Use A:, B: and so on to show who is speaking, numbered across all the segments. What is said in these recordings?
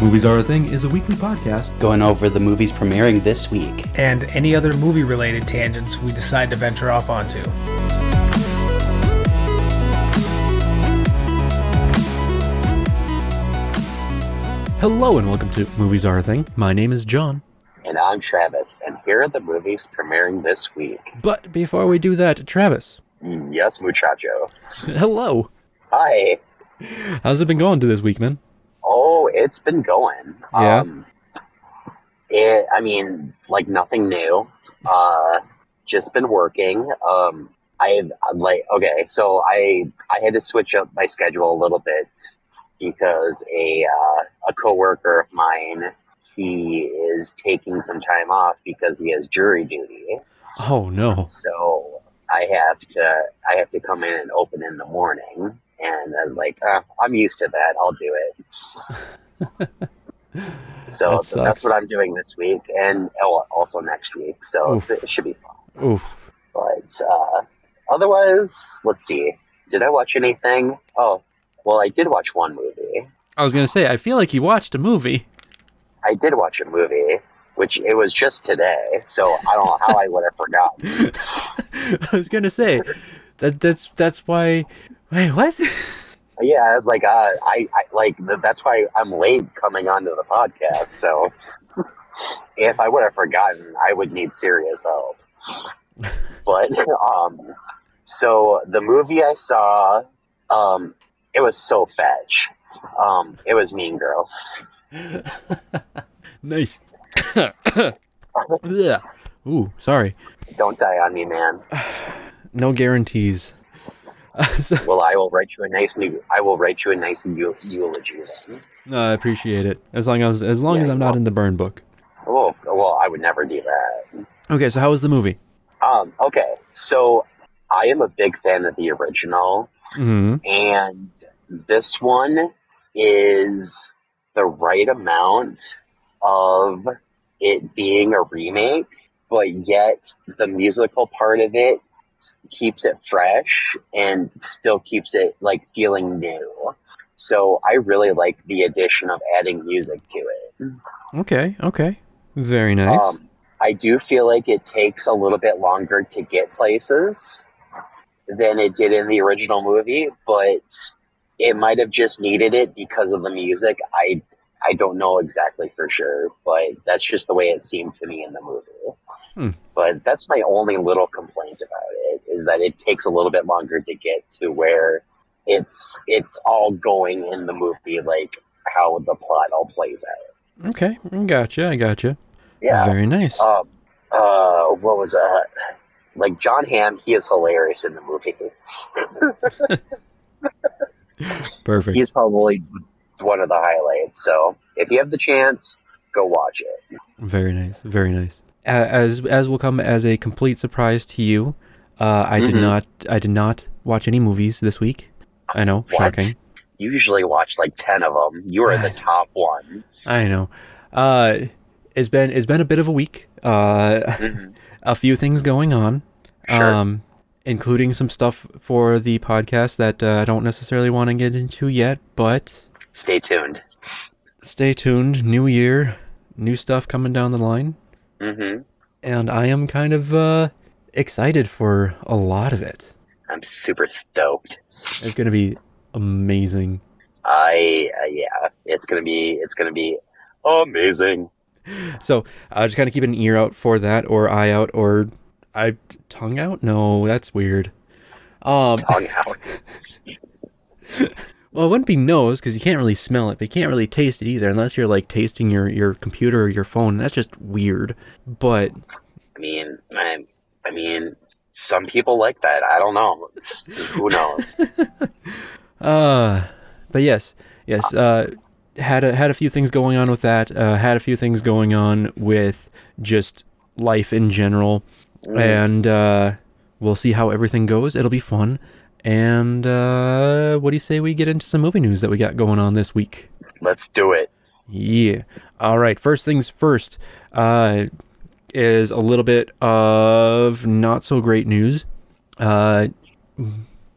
A: Movies Are a Thing is a weekly podcast.
B: going over the movies premiering this week.
C: and any other movie related tangents we decide to venture off onto.
A: Hello and welcome to Movies Are a Thing. My name is John.
D: And I'm Travis, and here are the movies premiering this week.
A: But before we do that, Travis,
D: Mm, Yes, muchacho.
A: hello.
D: Hi.
A: How's it been going to this week, man?
D: Oh, it's been going.
A: Yeah.
D: Um, it, I mean, like nothing new. Uh, just been working. Um, I've I'm like okay, so I I had to switch up my schedule a little bit because a uh, a coworker of mine he is taking some time off because he has jury duty.
A: Oh, no.
D: So I have to I have to come in and open in the morning. And I was like, uh, I'm used to that. I'll do it.
A: That
D: so th- that's
A: sucks.
D: what I'm doing this week, and oh, also next week. So
A: Oof.
D: it should be fun.
A: Oof.
D: But uh, otherwise, let's see. Did I watch anything? Oh, well, I did watch one movie.
A: I was going to say, I feel like you watched a movie.
D: I did watch a movie, which it was just today. So I don't know how I would have forgotten.
A: I was going to say, that that's that's why. Wait, what?
D: Yeah, I was like, uh, I, I like th- that's why I'm late coming onto the podcast. So if I would have forgotten, I would need serious help. But um, so the movie I saw, um, it was so fetch. Um, it was Mean Girls.
A: nice. yeah. Ooh, sorry.
D: Don't die on me, man.
A: No guarantees. So-
D: Well, I will write you a nice new. I will write you a nice eu- eulogy. Then.
A: No, I appreciate it. As long as as long
D: Yeah,
A: as I'm
D: you're
A: not in the burn book.
D: Well, f- well, I would never do that.
A: Okay, so how was the movie?
D: Um, okay, so I am a big fan of the original.
A: hmm
D: and this one is the right amount of it being a remake, but yet the musical part of it s- keeps it fresh and still keeps it like feeling new. So I really like the addition of adding music to it.
A: Okay, okay, very nice.
D: Um, I do feel like it takes a little bit longer to get places than it did in the original movie, but it might have just needed it because of the music. I I don't know exactly for sure, but that's just the way it seemed to me in the movie.
A: Hmm.
D: But that's my only little complaint about it is that it takes a little bit longer to get to where it's it's all going in the movie, like how the plot all plays out.
A: okay, gotcha, I gotcha.
D: Yeah.
A: Very nice.
D: Um, uh, what was that? Like John Hamm, he is hilarious in the movie.
A: Perfect.
D: He's probably one of the highlights. So if you have the chance, go watch it.
A: Very nice. Very nice. A- As as will come as a complete surprise to you, uh, I did
D: Mhm.
A: not I did not watch any movies this week. I know,
D: What?
A: shocking.
D: You usually watch like ten of them. You are the top one.
A: I know. Uh, it's been it's been a bit of a week. Uh,
D: Mhm.
A: a few things going on,
D: Sure.
A: um, including some stuff for the podcast that uh, I don't necessarily want to get into yet. But
D: Stay tuned.
A: stay tuned. New year, new stuff coming down the line,
D: hmm
A: and I am kind of uh, excited for a lot of it.
D: I'm super stoked.
A: It's gonna be amazing.
D: I uh, yeah, it's gonna be it's gonna be amazing.
A: So I just kind of keep an ear out for that, or eye out, or I tongue out. No, that's weird. Um,
D: Tongue out.
A: Well, it wouldn't be nose because you can't really smell it, but you can't really taste it either unless you're like tasting your, your computer or your phone. That's just weird. But
D: I mean, I, I mean, some people like that. I don't know. It's- who knows?
A: uh, but yes, yes. Uh, had a, had a few things going on with that. Uh, had a few things going on with just life in general, and uh, we'll see how everything goes. It'll be fun. And uh, what do you say we get into some movie news that we got going on this week?
D: Let's do it.
A: Yeah. All right. First things first uh, is a little bit of not so great news. Uh,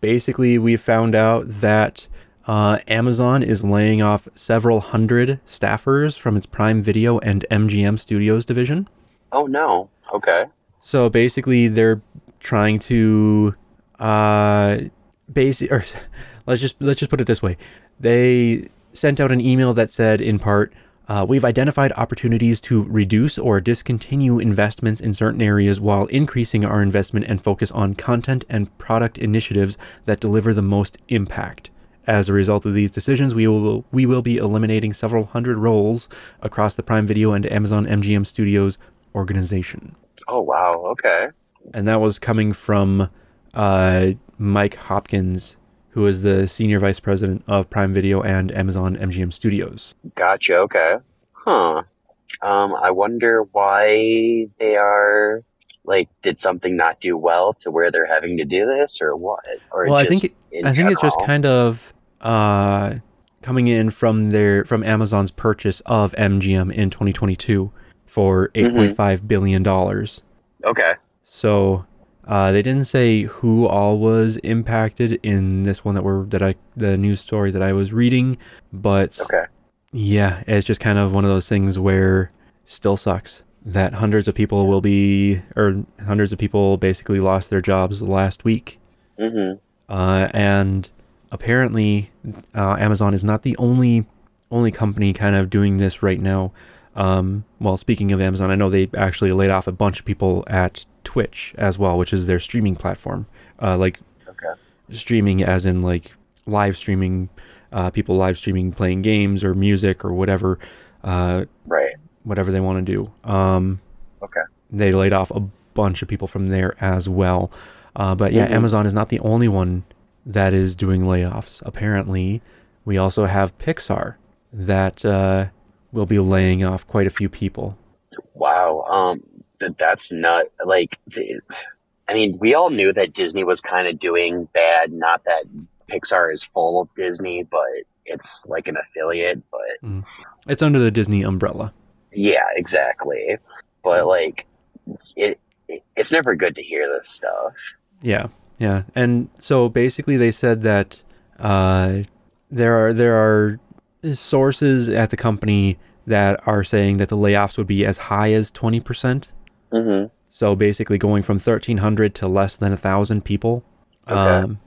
A: basically, we found out that Uh, Amazon is laying off several hundred staffers from its Prime Video and MGM Studios division.
D: Oh no. Okay.
A: So basically, they're trying to, uh, basic or let's just let's just put it this way: they sent out an email that said, in part, uh, we've identified opportunities to reduce or discontinue investments in certain areas while increasing our investment and focus on content and product initiatives that deliver the most impact. As a result of these decisions, we will we will be eliminating several hundred roles across the Prime Video and Amazon MGM Studios organization
D: Oh wow. Okay.
A: and that was coming from uh, Mike Hopkins, who is the senior vice president of Prime Video and Amazon MGM Studios.
D: Gotcha. Okay. Huh. Um, I wonder why they are like. Did something not do well to where they're having to do this, or what? Or
A: well, I
D: just
A: think it,
D: in
A: I think it's just
D: general?
A: kind of uh, coming in from their from Amazon's purchase of MGM in 2022 for
D: Mm-hmm.
A: 8.5 billion dollars.
D: Okay.
A: So uh, they didn't say who all was impacted in this one that were that I the news story that I was reading, but
D: Okay.
A: Yeah, it's just kind of one of those things where still sucks that hundreds of people will be, or hundreds of people basically lost their jobs last week.
D: Mm-hmm.
A: Uh, and apparently, uh, Amazon is not the only only company kind of doing this right now. Um, well, speaking of Amazon, I know they actually laid off a bunch of people at Twitch as well, which is their streaming platform. Uh, like
D: Okay.
A: streaming, as in like live streaming, uh, people live streaming playing games or music or whatever. Uh,
D: Right.
A: whatever they want to do. Um,
D: Okay.
A: They laid off a bunch of people from there as well. Uh, but yeah,
D: Mhm.
A: Amazon is not the only one that is doing layoffs. Apparently, we also have Pixar that uh, will be laying off quite a few people.
D: Wow. Um, th- that's not like. th- I mean, we all knew that Disney was kind of doing bad. Not that Pixar is full of Disney, but it's like an affiliate. But
A: It's under the Disney umbrella.
D: yeah, exactly. But like, it, it it's never good to hear this stuff.
A: Yeah, yeah. And so basically, they said that uh, there are there are sources at the company that are saying that the layoffs would be as high as twenty percent
D: Mm-hmm.
A: So basically, going from 1,300 to less than 1,000 people.
D: Okay.
A: Um,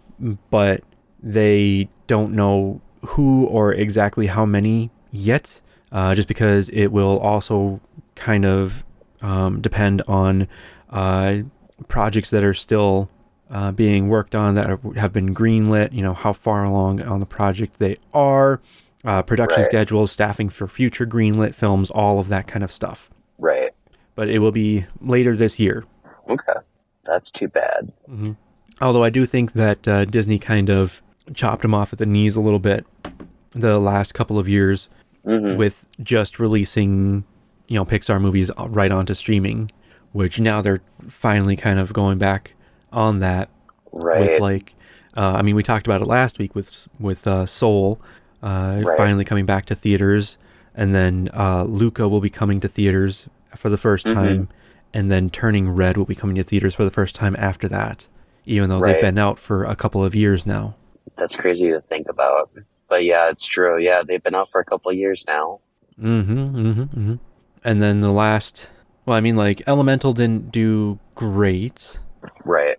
A: but they don't know who or exactly how many yet, uh, just because it will also kind of um, depend on uh, projects that are still uh, being worked on that are, have been greenlit, you know, how far along on the project they are, uh, production
D: Right.
A: schedules, staffing for future greenlit films, all of that kind of stuff.
D: Right.
A: But it will be later this year.
D: Okay. That's too bad.
A: Although I do think that uh, Disney kind of chopped him off at the knees a little bit the last couple of years
D: Mm-hmm.
A: with just releasing, you know, Pixar movies right onto streaming, which now they're finally kind of going back on that
D: Right.
A: with like, uh, I mean, we talked about it last week with with uh, Soul uh,
D: Right.
A: finally coming back to theaters, and then uh, Luca will be coming to theaters for the 1st
D: Mm-hmm.
A: time, and then Turning Red will be coming to theaters for the first time after that, even though
D: Right.
A: they've been out for a couple of years now.
D: That's crazy to think about. But yeah, it's true. Yeah, they've been out for a couple of years now.
A: Mm-hmm, mm-hmm, mm-hmm. And then the last, well, I mean, like Elemental didn't do great.
D: Right.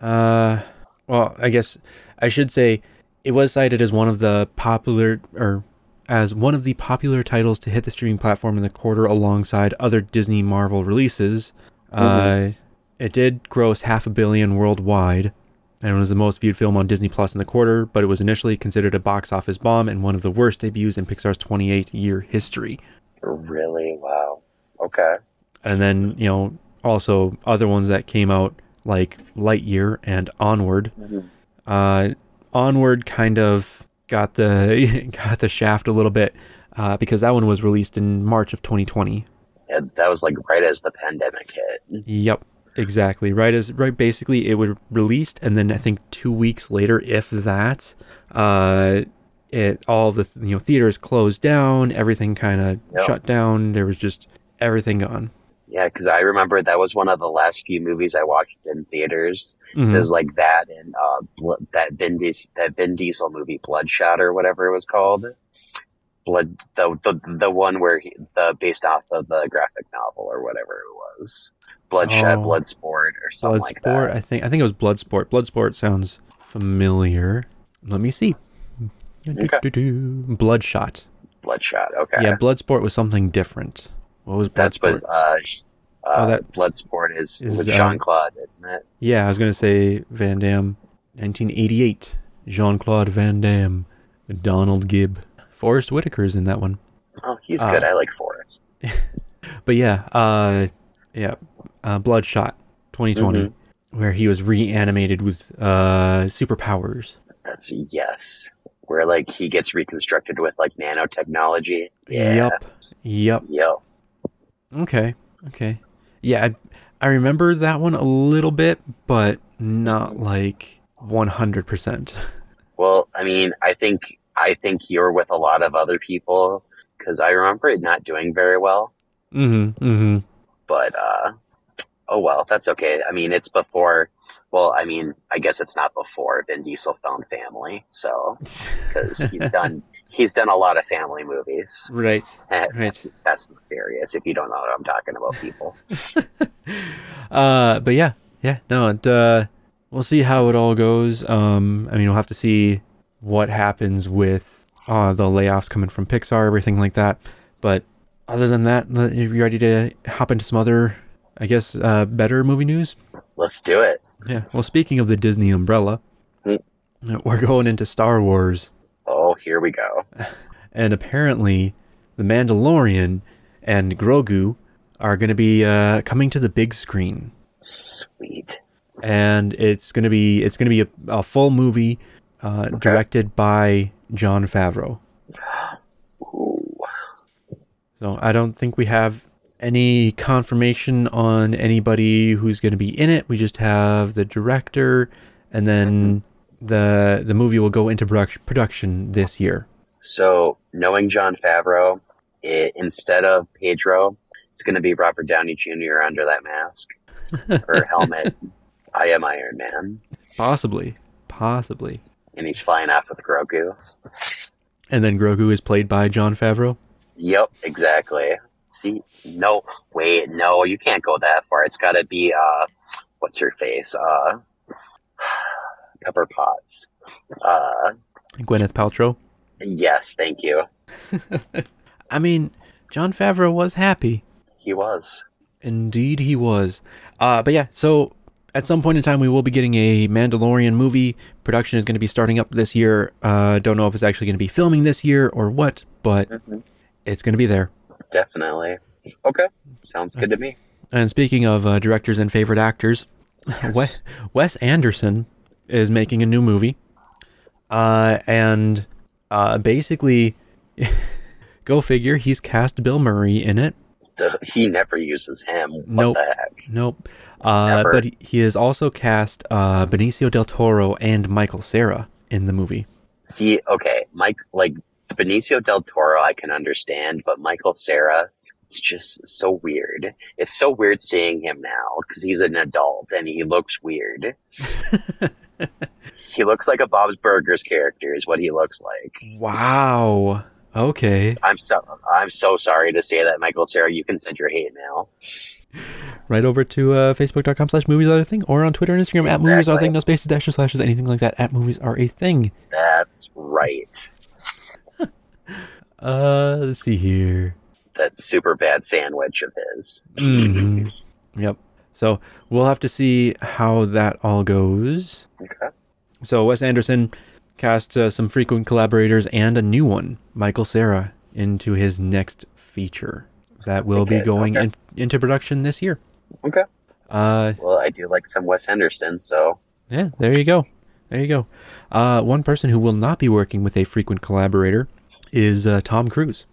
A: Uh, well, I guess I should say it was cited as one of the popular or as one of the popular titles to hit the streaming platform in the quarter alongside other Disney Marvel releases. Uh, it did gross half a billion worldwide and it was the most viewed film on Disney Plus in the quarter, but it was initially considered a box office bomb and one of the worst debuts in Pixar's 28 year history
D: Really? Wow. Okay.
A: and then you know also other ones that came out like Lightyear and Onward.
D: Mhm.
A: Uh, Onward kind of got the got the shaft a little bit uh, because that one was released in March of 2020.
D: Yeah, that was like right as the pandemic hit.
A: Yep, exactly. Right as right basically it was released, and then I think two weeks later, if that, uh, it all the you know theaters closed down, everything kind of
D: Yeah.
A: shut down. There was just everything gone.
D: Yeah, because I remember that was one of the last few movies I watched in theaters. So it
A: Mhm.
D: was like that and uh, Bl- that Vin Dies- that Vin Diesel movie, Bloodshot or whatever it was called. Blood, the the, the one where he, the based off of the graphic novel or whatever it was. Bloodshot,
A: Oh.
D: Bloodsport, or something like
A: Bloodsport.
D: that.
A: I think I think it was Bloodsport. Bloodsport sounds familiar. Let me see. Do-do-do. Bloodshot.
D: Bloodshot. Okay,
A: Yeah, Bloodsport was something different. What was Bloodsport?
D: that's what. Uh, sh- uh,
A: Oh, that-
D: Bloodsport is,
A: is,
D: with
A: uh,
D: Jean Claude, isn't it?
A: Yeah, I was gonna say Van Damme, 1988. Jean Claude Van Damme, Donald Gibb, Forrest Whitaker's in that one.
D: Oh, he's
A: Uh,
D: good. I like Forrest.
A: But yeah, uh, yeah, uh, Bloodshot, 2020,
D: Mm-hmm.
A: where he was reanimated with uh, superpowers.
D: That's a yes. Where like he gets reconstructed with like nanotechnology.
A: Yep, yep.
D: Yep.
A: Okay, okay. Yeah, I, I remember that one a little bit, but not like 100. percent
D: Well, I mean, I think I think you're with a lot of other people because I remember it not doing very well.
A: Mm-hmm. Mm-hmm.
D: But uh, oh well, that's okay. I mean, it's before. Well, I mean, I guess it's not before Vin Diesel found family, so
A: mm-hmm.
D: because he's done he's done a lot of family movies.
A: Right. Right.
D: That's furious if you don't know what I'm talking about, people.
A: Uh, but yeah, yeah, no, it, uh, we'll see how it all goes. Um, I mean, we'll have to see what happens with uh, the layoffs coming from Pixar, everything like that. But other than that, l- you ready to hop into some other, I guess, uh, better movie news?
D: Let's do it.
A: Yeah. Well, speaking of the Disney umbrella,
D: Mm.
A: we're going into Star Wars,
D: Oh, here we go.
A: and apparently, The Mandalorian and Grogu are going to be uh, coming to the big screen.
D: Sweet.
A: and it's gonna be it's gonna be a, a full movie uh, directed by John Favreau.
D: Ooh.
A: So I don't think we have any confirmation on anybody who's gonna be in it. We just have the director, and then the the movie will go into produc- production this year.
D: So knowing John Favreau, i instead of Pedro, it's going to be Robert Downey Jr. under that mask or helmet. I am Iron Man,
A: Possibly, possibly.
D: and he's flying off with Grogu.
A: And then Grogu is played by John Favreau.
D: Yep, exactly. See, no, wait, no, you can't go that far. It's got to be uh, what's her face? Uh, Pepper Potts. Uh,
A: Gwyneth Paltrow.
D: yes, thank you.
A: I mean, John Favreau was happy.
D: He was.
A: Indeed, he was. Uh, but yeah, so at some point in time, we will be getting a Mandalorian movie. Production is going to be starting up this year. Uh, don't know if it's actually going to be filming this year or what, but
D: Mhm.
A: it's going to be there.
D: Definitely. Okay, sounds good to me.
A: And speaking of uh, directors and favorite actors, Wes, Wes Anderson is making a new movie. Uh, and uh, basically, go figure, he's cast Bill Murray in it.
D: The, he never uses him. What
A: Nope.
D: the heck?
A: Nope. Uh,
D: Never.
A: but he- he has also cast uh, Benicio del Toro and Michael Cera in the movie.
D: See, okay, Mike, like Benicio del Toro, I can understand, but Michael Sarah, it's just so weird. It's so weird seeing him now because he's an adult and he looks weird. he looks like a Bob's Burgers character, is what he looks like.
A: Wow. Okay.
D: I'm so I'm so sorry to say that, Michael Sarah. You can send your hate mail.
A: Right over to uh, facebook.com slash movies are a thing or on Twitter and Instagram at movies are a thing, no spaces, dashes, slashes, anything like that at movies are a thing.
D: That's right.
A: Uh, let's see here.
D: That super bad sandwich of his.
A: Mhm. yep. So we'll have to see how that all goes.
D: Okay.
A: So Wes Anderson cast uh, some frequent collaborators and a new one, Michael Sarah, into his next feature that will be
D: Okay,
A: going
D: okay.
A: in, into production this year.
D: Okay.
A: Uh,
D: Well, I do like some Wes Henderson, so
A: yeah, there you go. There you go. Uh, one person who will not be working with a frequent collaborator is uh, Tom Cruise,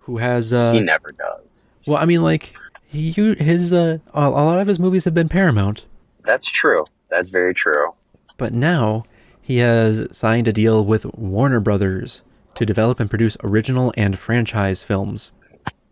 A: who has.
D: he
A: Uh,
D: never does.
A: well, I mean, like he u- his uh, a a lot of his movies have been Paramount,
D: That's true. That's very true.
A: but now he has signed a deal with Warner Brothers to develop and produce original and franchise films.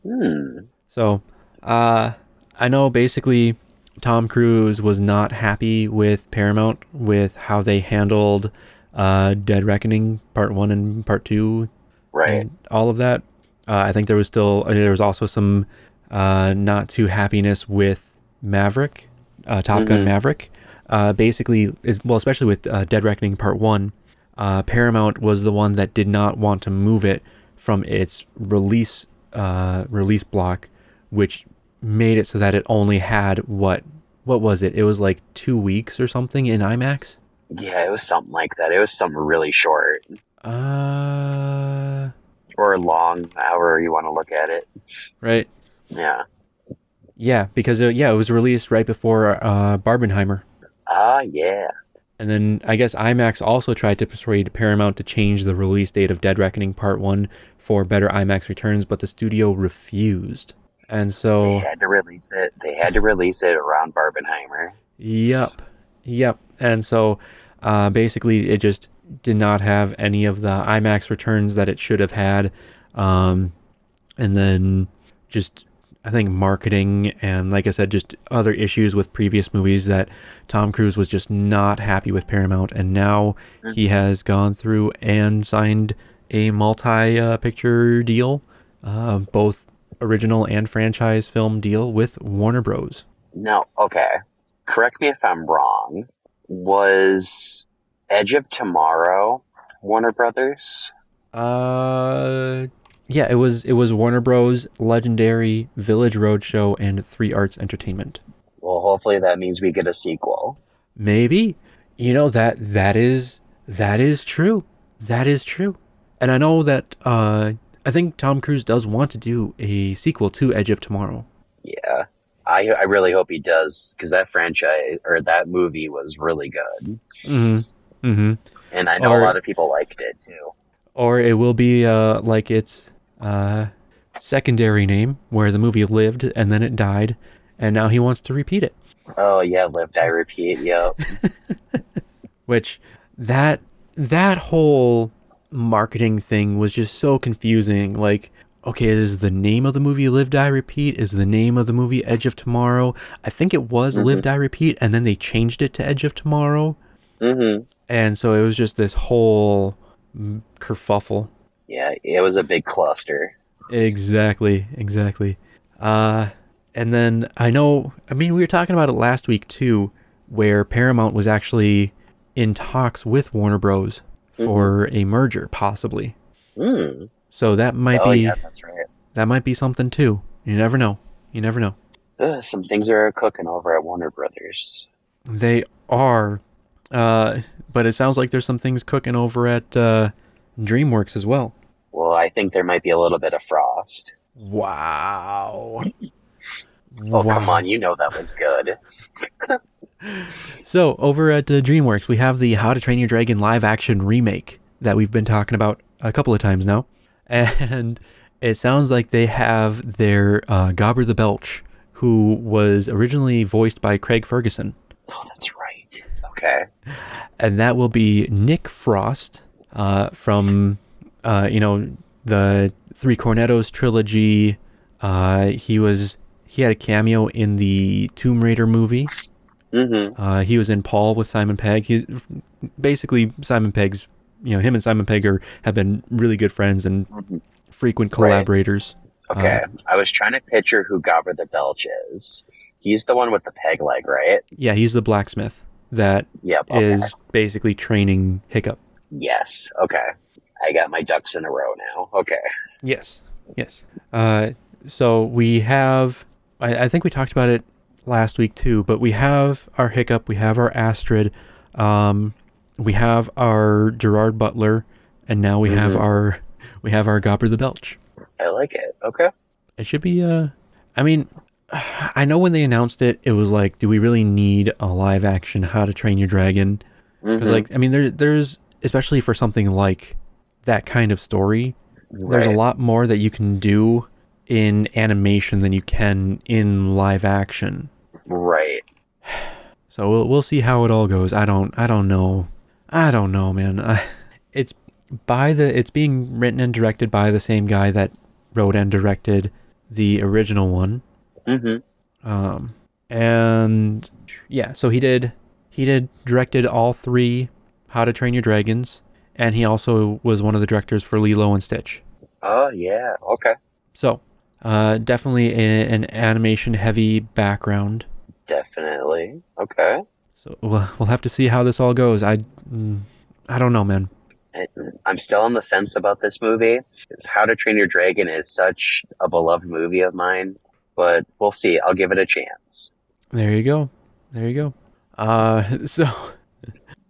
D: Hmm.
A: So, uh, I know basically Tom Cruise was not happy with Paramount with how they handled uh, Dead Reckoning Part One and Part Two
D: right?
A: and all of that. Uh, I think there was still there was also some uh, not too happiness with Maverick, uh, Top Gun Maverick. Uh, basically, is well, especially with uh, Dead Reckoning Part One, uh, Paramount was the one that did not want to move it from its release uh, release block, which made it so that it only had what what was it? It was like two weeks or something in IMAX.
D: Yeah, it was something like that. It was something really short
A: Uh,
D: or long, however you want to look at it.
A: right.
D: Yeah.
A: Yeah, because uh yeah, it was released right before uh, Barbenheimer,
D: Ah, yeah.
A: and then I guess IMAX also tried to persuade Paramount to change the release date of Dead Reckoning Part One for better IMAX returns, but the studio refused. And
D: They
A: so,
D: had to release it. They had to release it around Barbenheimer.
A: yep, yep. And so, uh, basically, it just did not have any of the IMAX returns that it should have had. Um, and then just I think marketing and like I said, just other issues with previous movies that Tom Cruise was just not happy with Paramount, and now he has gone through and signed a multi-picture deal, uh, both original and franchise film deal with Warner Bros.
D: No, okay. Correct me if I'm wrong. Was Edge of Tomorrow Warner Brothers?
A: Uh, yeah, it was it was Warner Bros, Legendary, Village Roadshow, and Three Arts Entertainment.
D: Well, hopefully that means we get a sequel.
A: maybe you know that that is that is true that is true and i know that uh i think tom cruise does want to do a sequel to edge of tomorrow
D: Yeah. I, I really hope he does because that franchise or that movie was really good.
A: mm-hmm mm-hmm
D: And I know
A: Or-
D: a lot of people liked it too.
A: or it will be uh like its uh secondary name where the movie lived and then it died and now he wants to repeat it
D: Oh, yeah, Live, Die, Repeat. Yep.
A: which that that whole marketing thing was just so confusing like okay is the name of the movie live die repeat is the name of the movie edge of tomorrow i think it was live die repeat and then they changed it to edge of tomorrow
D: hmm
A: and so it was just this whole mm, kerfuffle
D: Yeah, it was a big cluster.
A: Exactly, exactly. Uh, and then I know, I mean, we were talking about it last week too, where Paramount was actually in talks with Warner Bros. for
D: Mm-hmm.
A: a merger, possibly.
D: Mm.
A: So that might
D: Oh,
A: be
D: yeah, that's right.
A: that might be something too. You never know. You never know.
D: Ugh, some things are cooking over at Warner Brothers.
A: They are, uh, but it sounds like there's some things cooking over at uh, DreamWorks as well.
D: Well, I think there might be a little bit of frost.
A: Wow.
D: Oh, come on. You know that was good.
A: So, over at uh, DreamWorks, we have the How to Train Your Dragon live action remake that we've been talking about a couple of times now. And it sounds like they have their uh, Gobber the Belch, who was originally voiced by Craig Ferguson.
D: Oh, that's right. Okay.
A: And that will be Nick Frost uh, from, uh, you know, the Three Cornettos trilogy. Uh, he was. He had a cameo in the Tomb Raider movie.
D: Mm-hmm.
A: Uh, he was in Paul with Simon Pegg. He's basically Simon Pegg's, you know, him and Simon Pegg are, have been really good friends and frequent collaborators.
D: Okay.
A: Uh,
D: I was trying to picture who Gobber the Belch is. He's the one with the peg leg, right?
A: yeah, he's the blacksmith that
D: Yep.
A: is
D: Okay.
A: basically training Hiccup.
D: Yes. Okay. I got my ducks in a row now. Okay.
A: Yes. Yes. Uh, so we have, I, I think we talked about it last week too, but we have our Hiccup, we have our Astrid, um, we have our Gerard Butler, and now we have our, we have our Gobber the Belch.
D: I like it. Okay.
A: It should be uh I mean I know when they announced it it was like do we really need a live action how to train your dragon
D: Mm-hmm.
A: because like I mean there there's especially for something like that kind of story there's a
D: Right.
A: lot more that you can do in animation than you can in live action.
D: Right.
A: So we'll we'll see how it all goes. I don't I don't know. I don't know, man. I, it's by the it's being written and directed by the same guy that wrote and directed the original one.
D: Mm-hmm.
A: Um, and yeah, so he did he did directed all three How to Train Your Dragons, and he also was one of the directors for Lilo and Stitch.
D: Oh yeah. Okay.
A: So uh, definitely a, an animation heavy background.
D: Definitely. Okay.
A: So we'll, we'll have to see how this all goes. I mm, I don't know, man.
D: And I'm still on the fence about this movie. It's How to Train Your Dragon is such a beloved movie of mine, but we'll see. I'll give it a chance.
A: There you go. There you go. Uh, so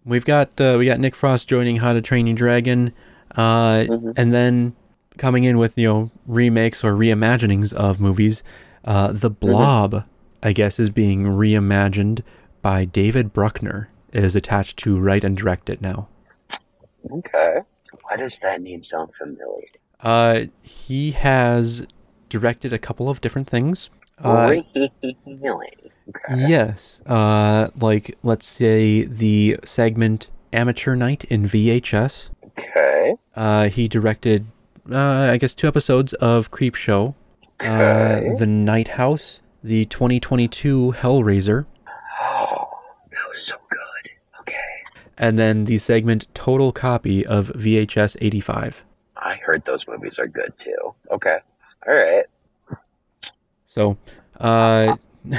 A: we've got uh, we got Nick Frost joining How to Train Your Dragon, uh,
D: Mhm.
A: and then coming in with you know remakes or reimaginings of movies. Uh, the Blob, I guess, is being reimagined by David Bruckner. It is attached to write and direct it now.
D: Okay. Why does that name sound familiar?
A: Uh, he has directed a couple of different things.
D: Oh,
A: Uh,
D: really? Okay.
A: Yes. Uh, like let's say the segment Amateur Night in VHS.
D: Okay.
A: Uh, he directed, uh, I guess, two episodes of Creep Show, uh,
D: Okay.
A: The Night House, the 2022 Hellraiser,
D: Oh, that was so good. Okay.
A: and then the segment Total Copy of VHS 85.
D: I heard those movies are good too. Okay. All right.
A: So, uh,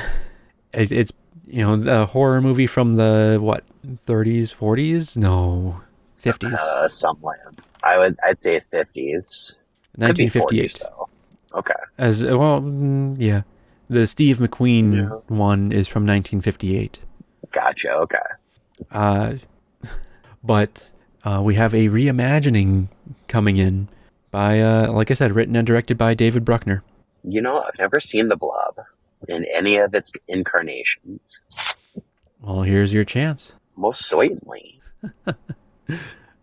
A: it's, it's you know a horror movie from the what 30s, 40s? No, 50s.
D: Uh, somewhere. I would. I'd say fifties. Could be
A: 1958.
D: 40s, though. Okay.
A: As well, mm, yeah. The Steve McQueen
D: Yeah.
A: one is from 1958.
D: Gotcha. Okay.
A: Uh, but uh, we have a reimagining coming in by, uh, like I said, written and directed by David Bruckner.
D: You know, I've never seen the Blob in any of its incarnations.
A: Well, here's your chance.
D: Most certainly.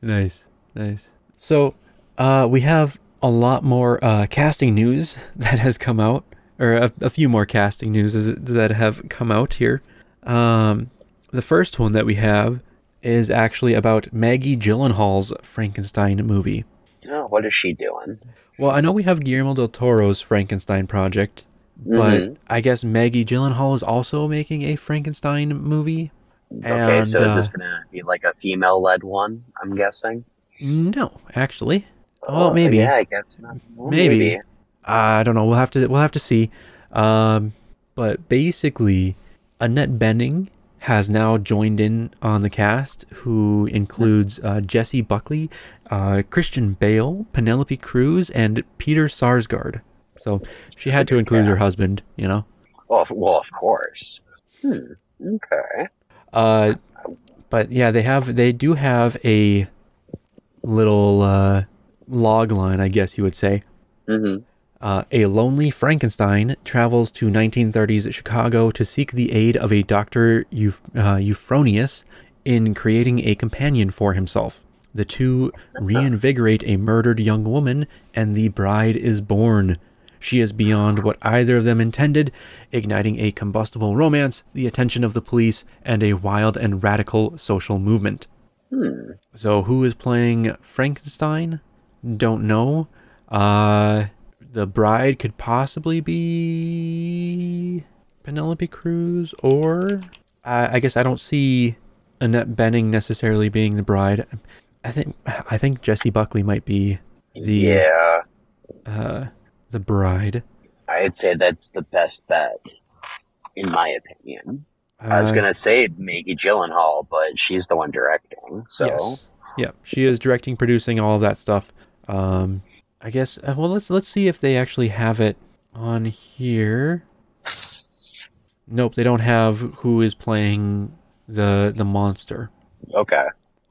A: Nice, nice. So uh, we have a lot more uh, casting news that has come out, or a, a few more casting news is- that have come out here. Um, the first one that we have is actually about Maggie Gyllenhaal's Frankenstein movie.
D: You know, what is she doing?
A: Well, I know we have Guillermo del Toro's Frankenstein project, but
D: Mhm.
A: I guess Maggie Gyllenhaal is also making a Frankenstein movie.
D: okay, so
A: and,
D: is this
A: uh,
D: gonna be like a female-led one? I'm guessing.
A: No, actually, Oh, maybe.
D: Yeah, I guess not. Well,
A: Maybe. I don't know. We'll have to we'll have to see. Um, but basically, Annette Benning has now joined in on the cast, who includes uh, Jesse Buckley, uh, Christian Bale, Penelope Cruz, and Peter Sarsgaard. So she had to include her
D: cast.
A: husband, you know.
D: Well, of- well, of course. Hmm. Okay.
A: Uh, but yeah, they have they do have a little uh, log line, I guess you would say.
D: hmm
A: Uh, a lonely Frankenstein travels to 1930s Chicago to seek the aid of a Dr. Euf- uh, Euphronius in creating a companion for himself. The two reinvigorate a murdered young woman, and the bride is born. She is beyond what either of them intended, igniting a combustible romance, the attention of the police, and a wild and radical social movement. So who is playing Frankenstein? Don't know. Uh the bride could possibly be Penelope Cruz or I, I guess I don't see Annette Benning necessarily being the bride. I think I think Jesse Buckley might be the
D: yeah,
A: uh the bride.
D: I'd say that's the best bet, in my opinion. I was
A: Uh,
D: gonna say Maggie Gyllenhaal, but she's the one directing. So
A: Yes. Yeah, she is directing, producing, all of that stuff. Um, I guess. Uh, well, let's let's see if they actually have it on here. Nope, they don't have who is playing the the monster,
D: okay,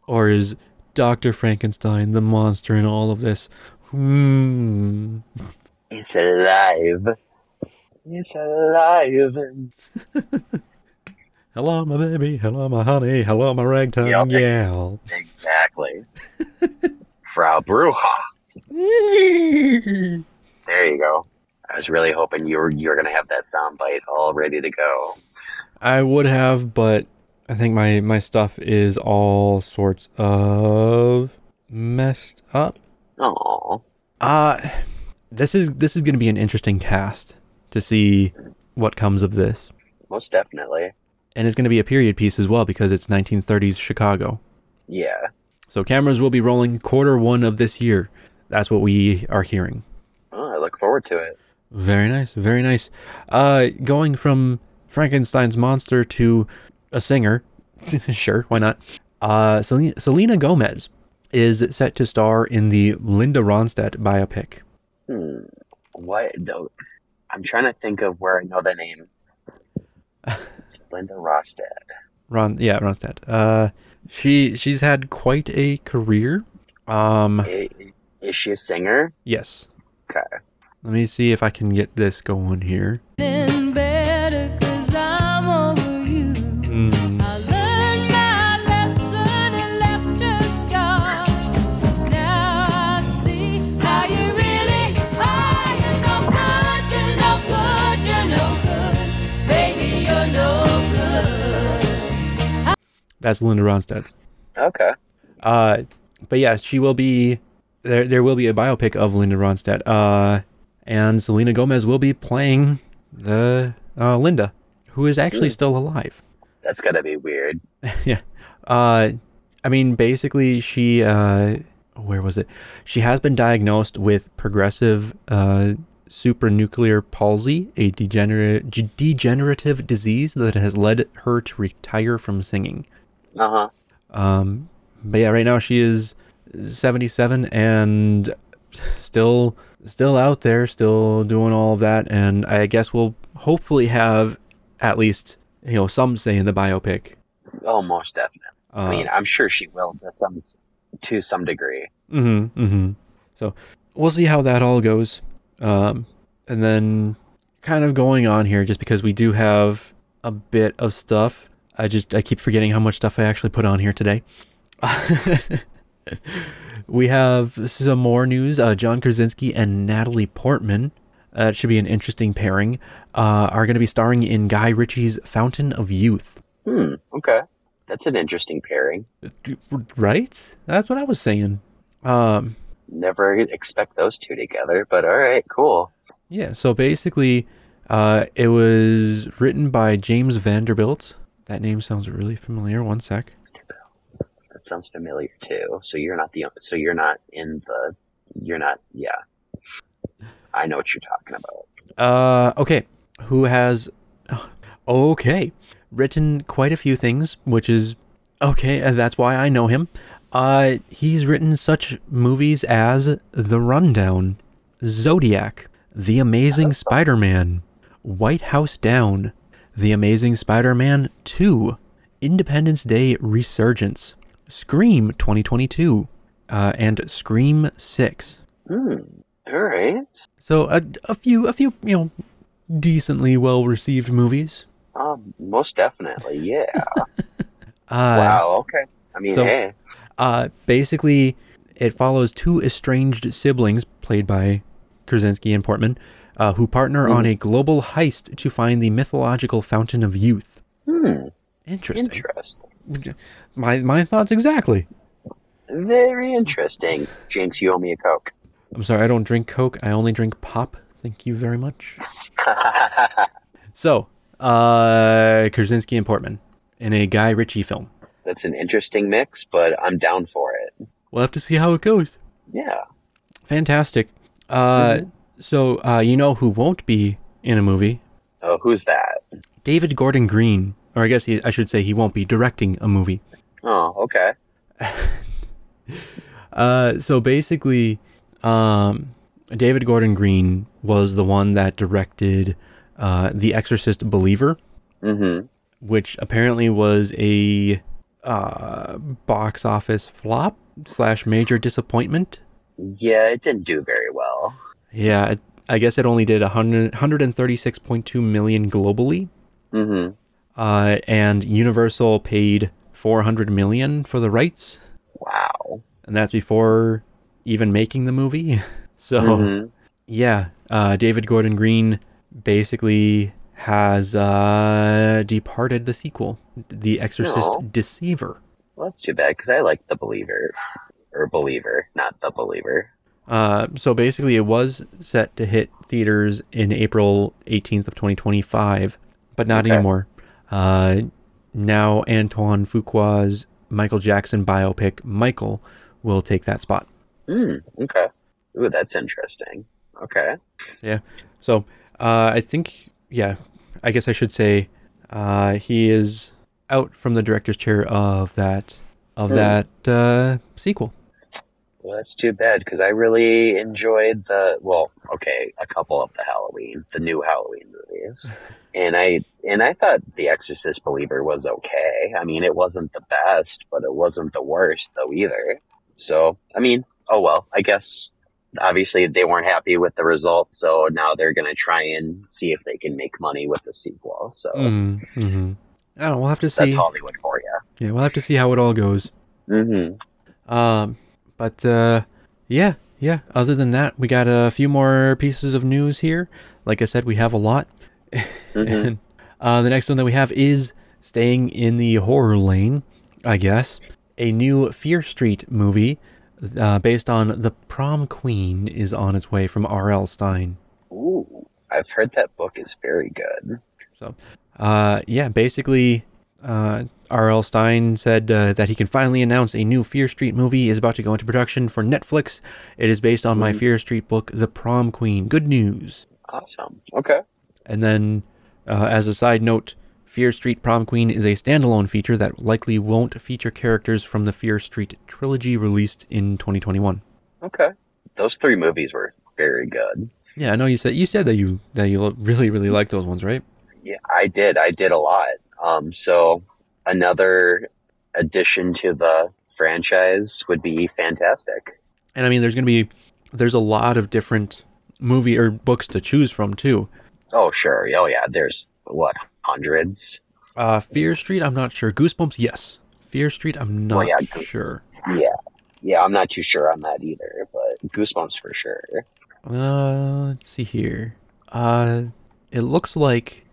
A: or is Doctor Frankenstein the monster in all of this? Hmm.
D: it's alive. It's alive.
A: Hello, my baby. Hello, my honey. Hello, my ragtime
D: Yeah.
A: gal.
D: Exactly. Frau Bruja. There you go. I was really hoping you were you were gonna have that soundbite all ready to go.
A: I would have, but I think my my stuff is all sorts of messed up.
D: Oh,
A: Uh this is this is going to be an interesting cast to see what comes of this.
D: Most definitely.
A: And it's going to be a period piece as well because it's 1930s Chicago.
D: Yeah.
A: So cameras will be rolling quarter one of this year. That's what we are hearing.
D: Oh, I look forward to it.
A: Very nice, very nice. Uh, going from Frankenstein's monster to a singer, sure, why not? Uh, Selena, Selena Gomez is set to star in the Linda Ronstadt biopic.
D: Hmm. What? Though, I'm trying to think of where I know the name. Linda Rostad.
A: Ron, yeah, Ronstadt. Uh, she she's had quite a career. Um,
D: I- Is she a singer?
A: yes.
D: Okay.
A: Let me see if I can get this going here.
E: Feeling better 'cause I'm over you.
A: Mm,
E: I learned my lesson and left a scar. Now I see how you really are. You're no good, you're no good, you're no good. Baby, you're no good.
A: that's Linda Ronstadt.
D: Okay.
A: Uh, but yeah, she will be there. There will be a biopic of Linda Ronstadt. Uh, and Selena Gomez will be playing the uh, Linda, who is actually still alive.
D: That's gotta be weird.
A: yeah. Uh, I mean, basically, she uh, where was it? She has been diagnosed with progressive uh, supranuclear palsy, a degenerate g- degenerative disease that has led her to retire from singing.
D: Uh huh.
A: Um, but yeah, right now she is 77 and still still out there, still doing all of that. And I guess we'll hopefully have at least you know some say in the biopic.
D: Oh, most definitely.
A: Uh,
D: I mean, I'm sure she will to some to some degree.
A: mm-hmm, mm-hmm. So we'll see how that all goes. Um, and then kind of going on here, just because we do have a bit of stuff. I just I keep forgetting how much stuff I actually put on here today. we have some more news. Uh, John Krasinski and Natalie Portman. Uh, it should be an interesting pairing. Uh, are going to be starring in Guy Ritchie's Fountain of Youth.
D: Hmm. Okay. That's an interesting pairing.
A: Right? That's what I was saying. Um,
D: Never expect those two together, but all right, cool.
A: Yeah, so basically, uh, it was written by James Vanderbilt. That name sounds really familiar. One sec.
D: That sounds familiar too. So you're not the so you're not in the you're not yeah. I know what you're talking about.
A: Uh, okay, who has okay written quite a few things, which is okay. uh, That's why I know him. Uh, he's written such movies as The Rundown, Zodiac, The Amazing Spider-Man, White House Down, The Amazing Spider-Man Two, Independence Day Resurgence, Scream 2022, uh, and Scream Six.
D: Hmm. All right.
A: So a, a few, a few, you know, decently well received movies.
D: Um, most definitely. Yeah.
A: Uh,
D: wow. Okay. I mean,
A: So-
D: hey.
A: Uh, basically, it follows two estranged siblings, played by Krasinski and Portman, uh, who partner on
D: Hmm.
A: a global heist to find the mythological fountain of youth.
D: Hmm.
A: Interesting.
D: Interesting.
A: my my thoughts exactly.
D: Very interesting. Jinx, you owe me a coke.
A: I'm sorry, I don't drink Coke. I only drink pop. Thank you very much. So, uh, Krasinski and Portman in a Guy Ritchie film.
D: That's an interesting mix, but I'm down for it.
A: We'll have to see how it goes.
D: Yeah.
A: Fantastic. Uh, So, uh, you know who won't be in a movie?
D: Oh, who's that?
A: David Gordon Green, or I guess he, I should say he won't be directing a movie.
D: Oh, okay.
A: Uh, so basically, um, David Gordon Green was the one that directed uh, The Exorcist Believer,
D: Mm-hmm.
A: which apparently was a uh, box office flop slash major disappointment.
D: Yeah, it didn't do very well.
A: Yeah, it, I guess it only did 100, 136.2 million globally.
D: Mm-hmm.
A: uh, and Universal paid 400 million for the rights,
D: Wow.
A: and that's before even making the movie. So
D: Mhm.
A: yeah, uh, David Gordon Green basically has uh, departed the sequel, The Exorcist
D: No.
A: Deceiver.
D: Well, that's too bad because I like the believer, or believer, not the believer.
A: Uh, so basically, it was set to hit theaters in April 18th of 2025, but not
D: Okay.
A: anymore. Uh, now Antoine Fuqua's Michael Jackson biopic Michael will take that spot.
D: Hmm. Okay. Ooh, that's interesting. Okay.
A: So uh, I think, yeah, I guess I should say uh, he is out from the director's chair of that of
D: Hmm.
A: that uh, sequel.
D: Well, that's too bad because I really enjoyed the well, okay, a couple of the Halloween, the new Halloween movies, and I and I thought The Exorcist Believer was okay. I mean, it wasn't the best, but it wasn't the worst though either. So, I mean, oh well. I guess obviously they weren't happy with the results, so now they're gonna try and see if they can make money with the sequel. So
A: Mm, hmm I don't. know, We'll have to
D: Oh. that's
A: see.
D: Hollywood for you.
A: Yeah, we'll have to see how it all goes.
D: Mm-hmm.
A: Um, but uh, yeah, yeah. Other than that, we got a few more pieces of news here. Like I said, we have a lot. and uh, the next one that we have is staying in the horror lane, I guess. A new Fear Street movie uh, based on The Prom Queen is on its way from R.L. Stein.
D: Ooh, I've heard that book is very good.
A: So, uh, yeah, basically, uh, R.L. Stein said uh, that he can finally announce a new Fear Street movie is about to go into production for Netflix. It is based on my Fear Street book, The Prom Queen. Good news.
D: Awesome. Okay.
A: And then, uh, as a side note, Fear Street Prom Queen is a standalone feature that likely won't feature characters from the Fear Street trilogy released in 2021.
D: Okay. Those three movies were very good.
A: Yeah, I know you said you said that you that you lo- really really like those ones, right?
D: Yeah, I did. I did a lot. Um, so another addition to the franchise would be fantastic.
A: And I mean, there's gonna be there's a lot of different movie or books to choose from too.
D: Oh, sure. Oh, yeah. There's what hundreds.
A: Uh, Fear Street, I'm not sure. Goosebumps, yes. Fear Street, I'm not
D: Well, yeah, Goo-
A: sure.
D: Yeah. Yeah, I'm not too sure on that either, but Goosebumps for sure.
A: Uh, let's see here. Uh, it looks like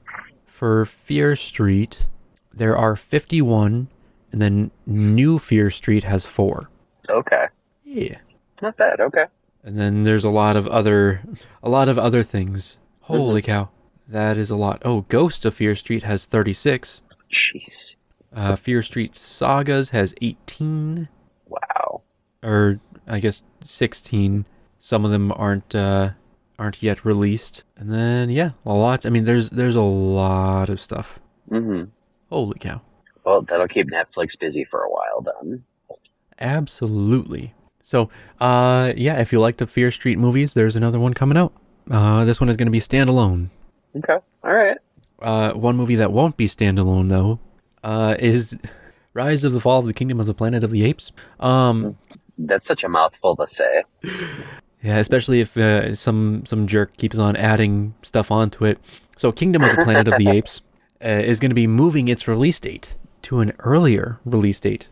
A: for Fear Street, there are 51, and then New Fear Street has four.
D: Okay.
A: Yeah.
D: Not bad. Okay.
A: And then there's a lot of other, a lot of other things. Holy cow, that is a lot. Oh, Ghost of Fear Street has 36.
D: Jeez.
A: Uh, Fear Street Sagas has 18.
D: Wow.
A: or I guess 16. Some of them aren't uh, aren't yet released. And then yeah, a lot. I mean, there's there's a lot of stuff.
D: hmm
A: Holy cow!
D: Well, that'll keep Netflix busy for a while then.
A: Absolutely. So uh, yeah, if you like the Fear Street movies, there's another one coming out. Uh, this one is going to be standalone.
D: Okay. All right.
A: Uh, one movie that won't be standalone though uh, is Rise of the Fall of the Kingdom of the Planet of the Apes. Um,
D: That's such a mouthful to say.
A: Yeah, especially if uh, some some jerk keeps on adding stuff onto it. So, Kingdom of the Planet of the Apes uh, is going to be moving its release date to an earlier release date.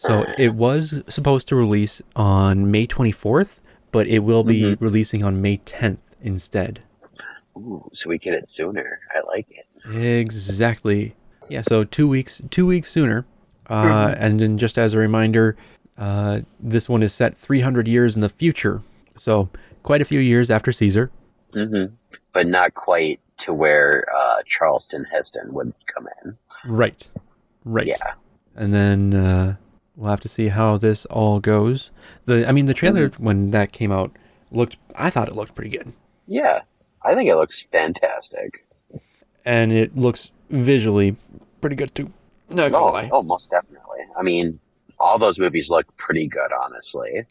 A: So, it was supposed to release on May 24th, but it will be releasing on May 10th instead.
D: Ooh, so we get it sooner. I like it.
A: Exactly. Yeah. So two weeks, two weeks sooner. Uh, and then, just as a reminder, uh, this one is set 300 years in the future. So quite a few years after Caesar. Mm-hmm.
D: hmm But not quite to where uh, Charleston Heston would come in.
A: Right. Right.
D: Yeah.
A: And then uh, we'll have to see how this all goes. The I mean,
D: Mm-hmm.
A: the trailer when that came out looked. I thought it looked pretty good,
D: Yeah. I think it looks fantastic.
A: and it looks visually pretty good too. No,
D: Oh, oh, most definitely. I mean, all those movies look pretty good, honestly.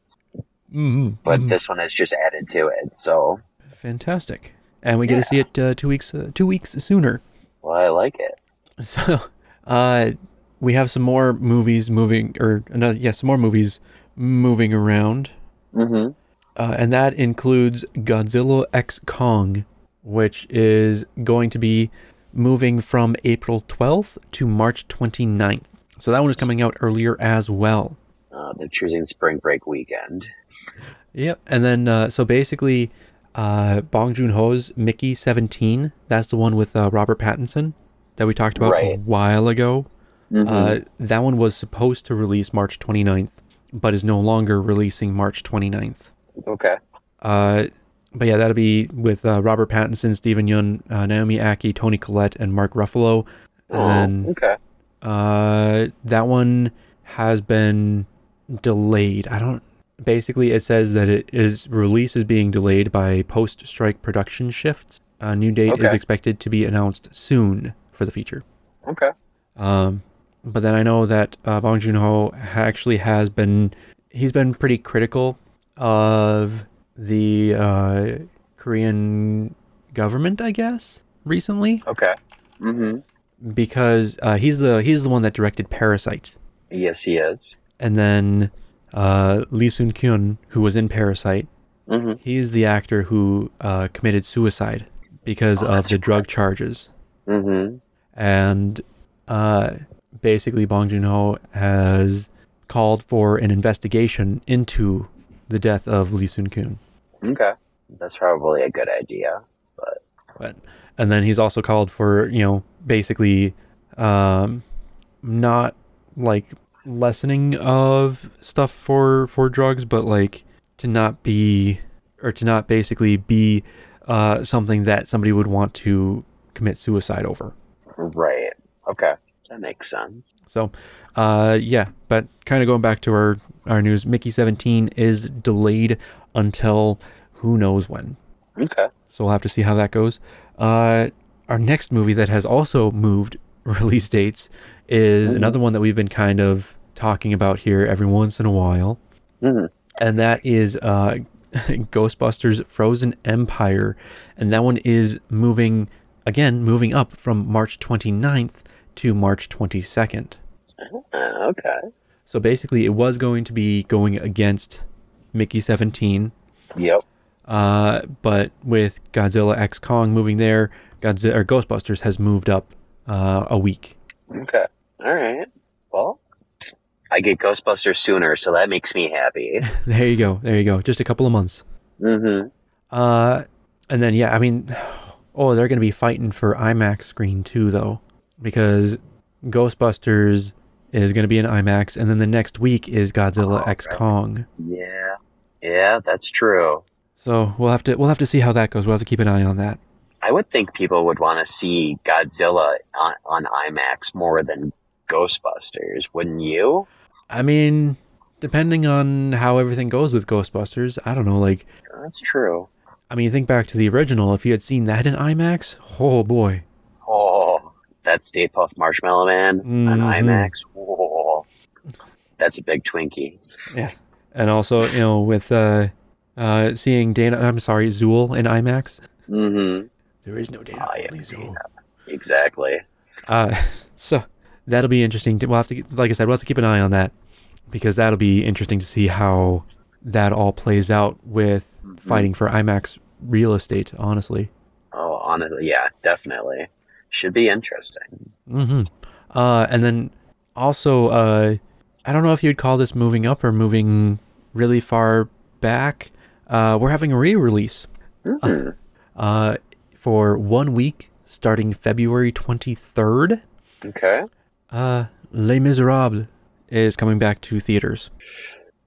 A: hmm
D: But this one has just added to it. So,
A: fantastic. And we get to see it uh, two weeks uh, two weeks sooner.
D: well, I like it.
A: So, uh, we have some more movies moving, or another, yeah, some more movies moving around,
D: hmm
A: uh, and that includes Godzilla X Kong, which is going to be moving from April 12th to March 29th. So that one is coming out earlier as well.
D: Uh, they're choosing spring break weekend.
A: Yep. And then, uh, so basically, uh, Bong Joon Ho's Mickey 17, that's the one with uh, Robert Pattinson that we talked about a
D: Right.
A: while ago. Uh, that one was supposed to release March 29th, but is no longer releasing March 29th.
D: Okay.
A: Uh, but yeah, that'll be with uh, Robert Pattinson, Stephen Yun, uh, Naomi Aki, Tony Collette, and Mark Ruffalo. And
D: Oh,
A: then
D: okay.
A: uh, that one has been delayed. I don't. Basically, it says that it is release is being delayed by post-strike production shifts. A new date is
D: Okay.
A: expected to be announced soon for the feature.
D: Okay.
A: Um, but then I know that uh, Bong Joon Ho actually has been he's been pretty critical of the uh, Korean government, I guess, recently
D: Okay. Mm-hmm.
A: because uh, he's the he's the one that directed Parasite,
D: Yes, he is.
A: and then uh, Lee Soon Kyun, who was in Parasite,
D: Mm-hmm.
A: he is the actor who uh, committed suicide because of the drug charges.
D: Mm-hmm.
A: and uh, basically Bong Joon Ho has called for an investigation into the death of Lee Soon Kun.
D: Okay. That's probably a good idea.
A: But and then he's also called for you know basically um, not like lessening of stuff for for drugs, but like to not be or to not basically be uh, something that somebody would want to commit suicide over.
D: Right. Okay. That makes sense.
A: So, uh, yeah, but kind of going back to our, our news, Mickey 17 is delayed until who knows when.
D: Okay.
A: So we'll have to see how that goes. Uh, our next movie that has also moved release dates is another one that we've been kind of talking about here every once in a while.
D: Mhm.
A: And that is uh, Ghostbusters Frozen Empire. And that one is moving, again, moving up from March 29th to March 22nd.
D: Uh, okay.
A: So basically, it was going to be going against Mickey 17,
D: Yep.
A: uh, but with Godzilla X Kong moving there, Godzilla or Ghostbusters has moved up uh, a week.
D: Okay. All right. Well, I get Ghostbusters sooner, so that makes me happy.
A: There you go. There you go. Just a couple of months.
D: mm-hmm.
A: Uh, and then yeah, I mean, oh, they're gonna be fighting for IMAX screen too, though, because Ghostbusters is gonna be in IMAX, and then the next week is Godzilla
D: Oh,
A: X Kong.
D: Yeah. Yeah, that's true.
A: So we'll have to we'll have to see how that goes. We'll have to keep an eye on that.
D: I would think people would want to see Godzilla on, on IMAX more than Ghostbusters, wouldn't you?
A: I mean, depending on how everything goes with Ghostbusters, I don't know. Like,
D: That's true.
A: I mean, think back to the original. If you had seen that in IMAX, oh boy.
D: Oh, that Stay Puff Marshmallow Man on
A: Mhm.
D: IMAX. Whoa. That's a big Twinkie.
A: Yeah. And also, you know, with uh, uh, seeing Dana, I'm sorry, Zool in IMAX.
D: Mm-hmm.
A: There is no Dana.
D: Ah, yeah,
A: only Zool.
D: Exactly.
A: Uh, so that'll be interesting. To, we'll have to, like I said, we'll have to keep an eye on that because that'll be interesting to see how that all plays out with fighting for IMAX real estate. Honestly.
D: Oh, honestly, yeah, definitely. Should be interesting.
A: Mm-hmm. Uh, and then also, uh, I don't know if you'd call this moving up or moving really far back. Uh, we're having a re-release uh, for one week starting February 23rd.
D: Okay.
A: Uh, Les Miserables is coming back to theaters,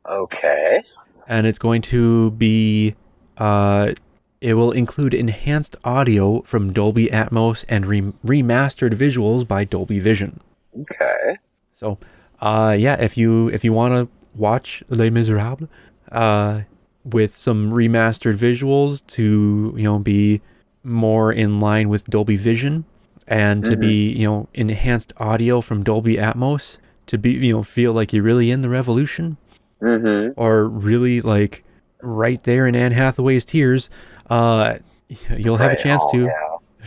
D: Okay.
A: and it's going to be. Uh, it will include enhanced audio from Dolby Atmos and re- remastered visuals by Dolby Vision.
D: Okay.
A: So, uh, yeah, if you if you want to watch Les Miserables, uh, with some remastered visuals to you know be more in line with Dolby Vision and to be you know enhanced audio from Dolby Atmos to be you know feel like you're really in the revolution
D: Mm-hmm.
A: or really like right there in Anne Hathaway's tears, uh, you'll have a chance to.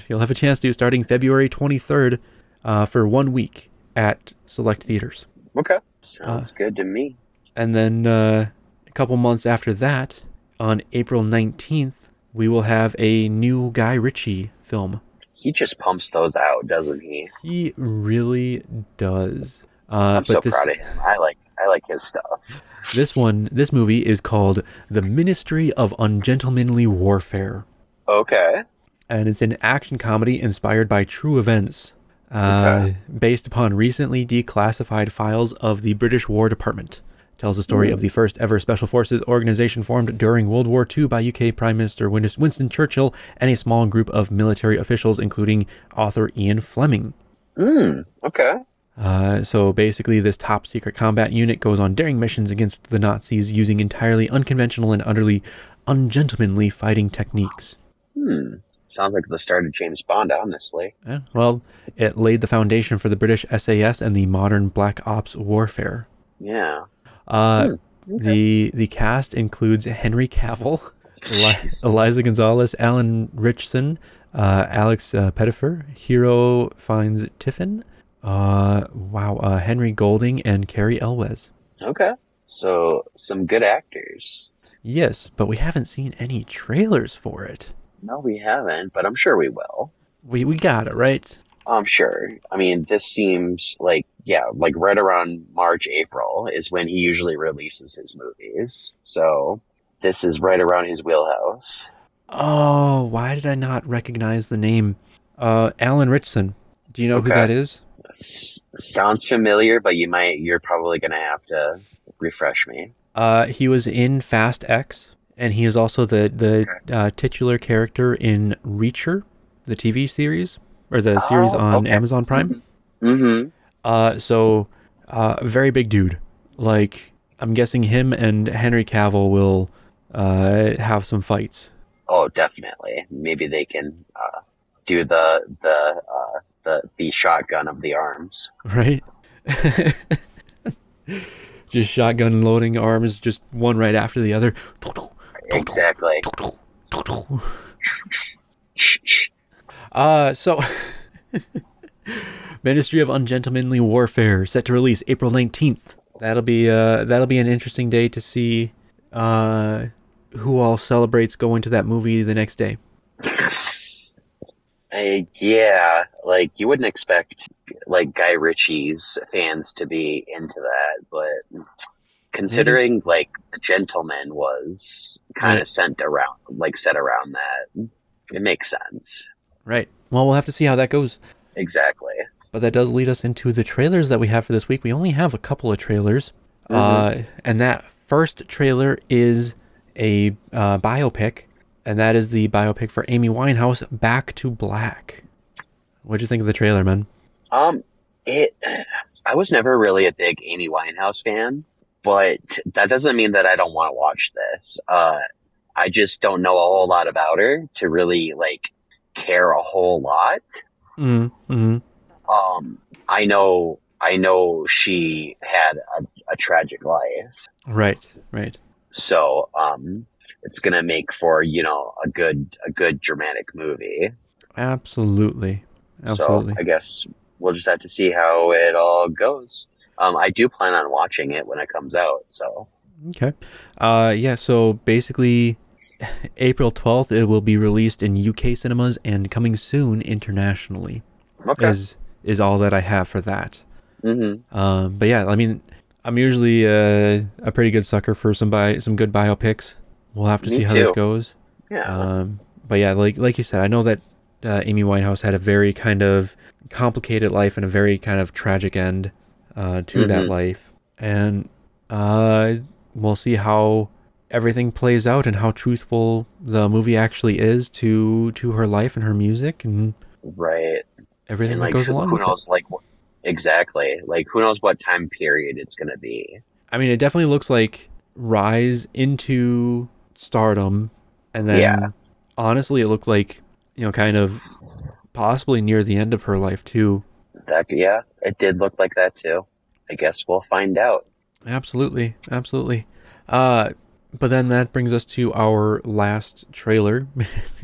A: You'll have a chance to starting February 23rd uh, for one week at select theaters.
D: Okay. Sounds
A: Uh,
D: good to me.
A: And then uh, a couple months after that, on April 19th, we will have a new Guy Ritchie film.
D: He just pumps those out, doesn't he?
A: He really does. Uh,
D: I'm so
A: this,
D: proud of him. I like I like his stuff.
A: this one, this movie is called The Ministry of Ungentlemanly Warfare.
D: Okay.
A: and it's an action comedy inspired by true events, uh, based upon recently declassified files of the British War Department. tells the story of the first ever Special Forces organization formed during World War II by UK Prime Minister Win- Winston Churchill and a small group of military officials, including author Ian Fleming.
D: Mm, okay.
A: Uh, so basically, this top secret combat unit goes on daring missions against the Nazis using entirely unconventional and utterly ungentlemanly fighting techniques.
D: Hmm. Sounds like the start of James Bond, honestly.
A: Yeah, well, it laid the foundation for the British SAS and the modern black ops warfare.
D: Yeah.
A: Uh,
D: Hmm,
A: The the cast includes Henry Cavill, Eli-
D: Jeez.
A: Eliza Gonzalez, Alan Richson, uh, Alex uh, Pettifer, Hero finds Tiffin. Uh, wow, uh, Henry Golding and Carrie Elwes.
D: Okay. So some good actors.
A: Yes, but we haven't seen any trailers for it.
D: No, we haven't, but I'm sure we will.
A: We we got it right.
D: I'm Um, sure. I mean, this seems like yeah, like right around March, April is when he usually releases his movies. So this is right around his wheelhouse.
A: Oh, why did I not recognize the name? Uh, Alan Richson. Do you know who
D: Okay.
A: that is?
D: S- sounds familiar, but you might you're probably gonna have to refresh me.
A: Uh, he was in Fast X, and he is also the the uh, titular character in Reacher, the TV series or the series
D: Oh,
A: on
D: okay.
A: Amazon Prime.
D: Mm-hmm.
A: Uh, so, uh, very big dude. Like, I'm guessing him and Henry Cavill will uh, have some fights.
D: Oh, definitely. Maybe they can uh, do the the uh, the the shotgun of the arms.
A: right? just shotgun loading arms, just one right after the other.
D: Exactly.
A: Uh, so Ministry of Ungentlemanly Warfare set to release April nineteenth. That'll be uh that'll be an interesting day to see uh who all celebrates going to that movie the next day.
D: I, yeah, like you wouldn't expect like Guy Ritchie's fans to be into that, but considering like the gentleman was kind
A: Right.
D: of sent around, like set around that, it makes sense.
A: Right. Well, we'll have to see how that goes.
D: Exactly.
A: But that does lead us into the trailers that we have for this week. We only have a couple of trailers.
D: Mm-hmm.
A: Uh, and that first trailer is a uh, biopic, and that is the biopic for Amy Winehouse, Back to Black. What'd you think of the trailer, man?
D: Um, it. I was never really a big Amy Winehouse fan, but that doesn't mean that I don't want to watch this. Uh, I just don't know a whole lot about her to really like care a whole lot.
A: Mm,
D: Mm-hmm.
A: mm
D: Um, I know, I know she had a, a tragic life,
A: Right, right.
D: so um, it's gonna make for you know a good a good dramatic movie.
A: Absolutely. Absolutely.
D: So I guess we'll just have to see how it all goes. Um, I do plan on watching it when it comes out. So
A: Okay. Uh, yeah, so basically, April 12th, it will be released in UK cinemas and coming soon internationally,
D: okay,
A: is, is all that I have for that.
D: hmm
A: Um, but yeah, I mean, I'm usually uh, a pretty good sucker for some bi- some good biopics. We'll have to
D: Me
A: see how this
D: too.
A: goes.
D: yeah,
A: Um, but yeah, like like you said, I know that uh, Amy Winehouse had a very kind of complicated life and a very kind of tragic end uh, to that
D: Mhm.
A: life, and uh, we'll see how everything plays out and how truthful the movie actually is to to her life and her music and
D: right.
A: everything
D: And
A: that
D: like,
A: goes
D: who,
A: along
D: who
A: with it.
D: knows? Like, wh- exactly. Like, who knows what time period it's gonna be?
A: I mean, it definitely looks like rise into stardom, and then
D: Yeah.
A: honestly, it looked like you know, kind of possibly near the end of her life too.
D: That yeah, it did look like that too. I guess we'll find out.
A: Absolutely, absolutely. Uh, but then that brings us to our last trailer.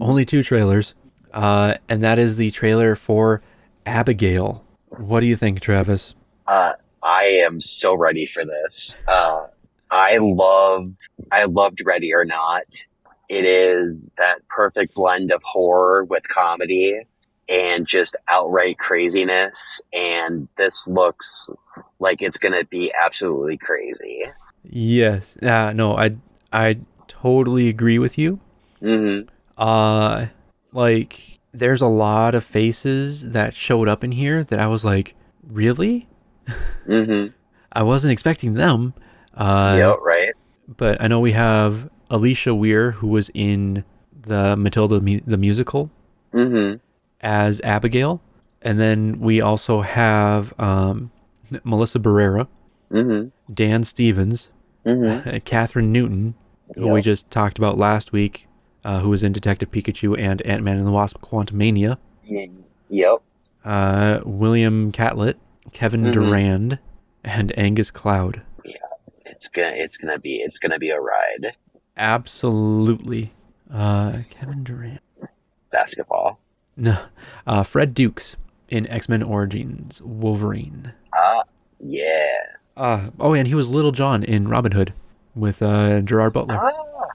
A: Only two trailers, uh, and that is the trailer for Abigail. What do you think, Travis?
D: Uh, I am so ready for this. Uh, I love, I loved Ready or Not. It is that perfect blend of horror with comedy and just outright craziness. And this looks like it's going to be absolutely crazy.
A: Yes. Uh, no, I I totally agree with you.
D: hmm
A: uh like there's a lot of faces that showed up in here that I was like, really?
D: hmm
A: I wasn't expecting them. Uh,
D: yeah, right.
A: But I know we have Alicia Weir, who was in the Matilda mu- the musical
D: Mm-hmm.
A: as Abigail, and then we also have um, Melissa Barrera,
D: Mm-hmm.
A: Dan Stevens,
D: Mm-hmm.
A: uh, Catherine Newton, who we
D: Yep.
A: just talked about last week, uh, who was in Detective Pikachu and Ant Man and the Wasp: Quantumania,
D: mm-hmm. Yep.
A: uh, William Catlett, Kevin
D: Mhm.
A: Durand, and Angus Cloud.
D: It's gonna it's gonna be it's gonna be a ride.
A: Absolutely, uh, Kevin Durand.
D: Basketball.
A: No, uh, Fred Dukes in X Men Origins Wolverine.
D: Ah, yeah.
A: Uh, oh, and he was Little John in Robin Hood with uh, Gerard Butler.
D: Ah,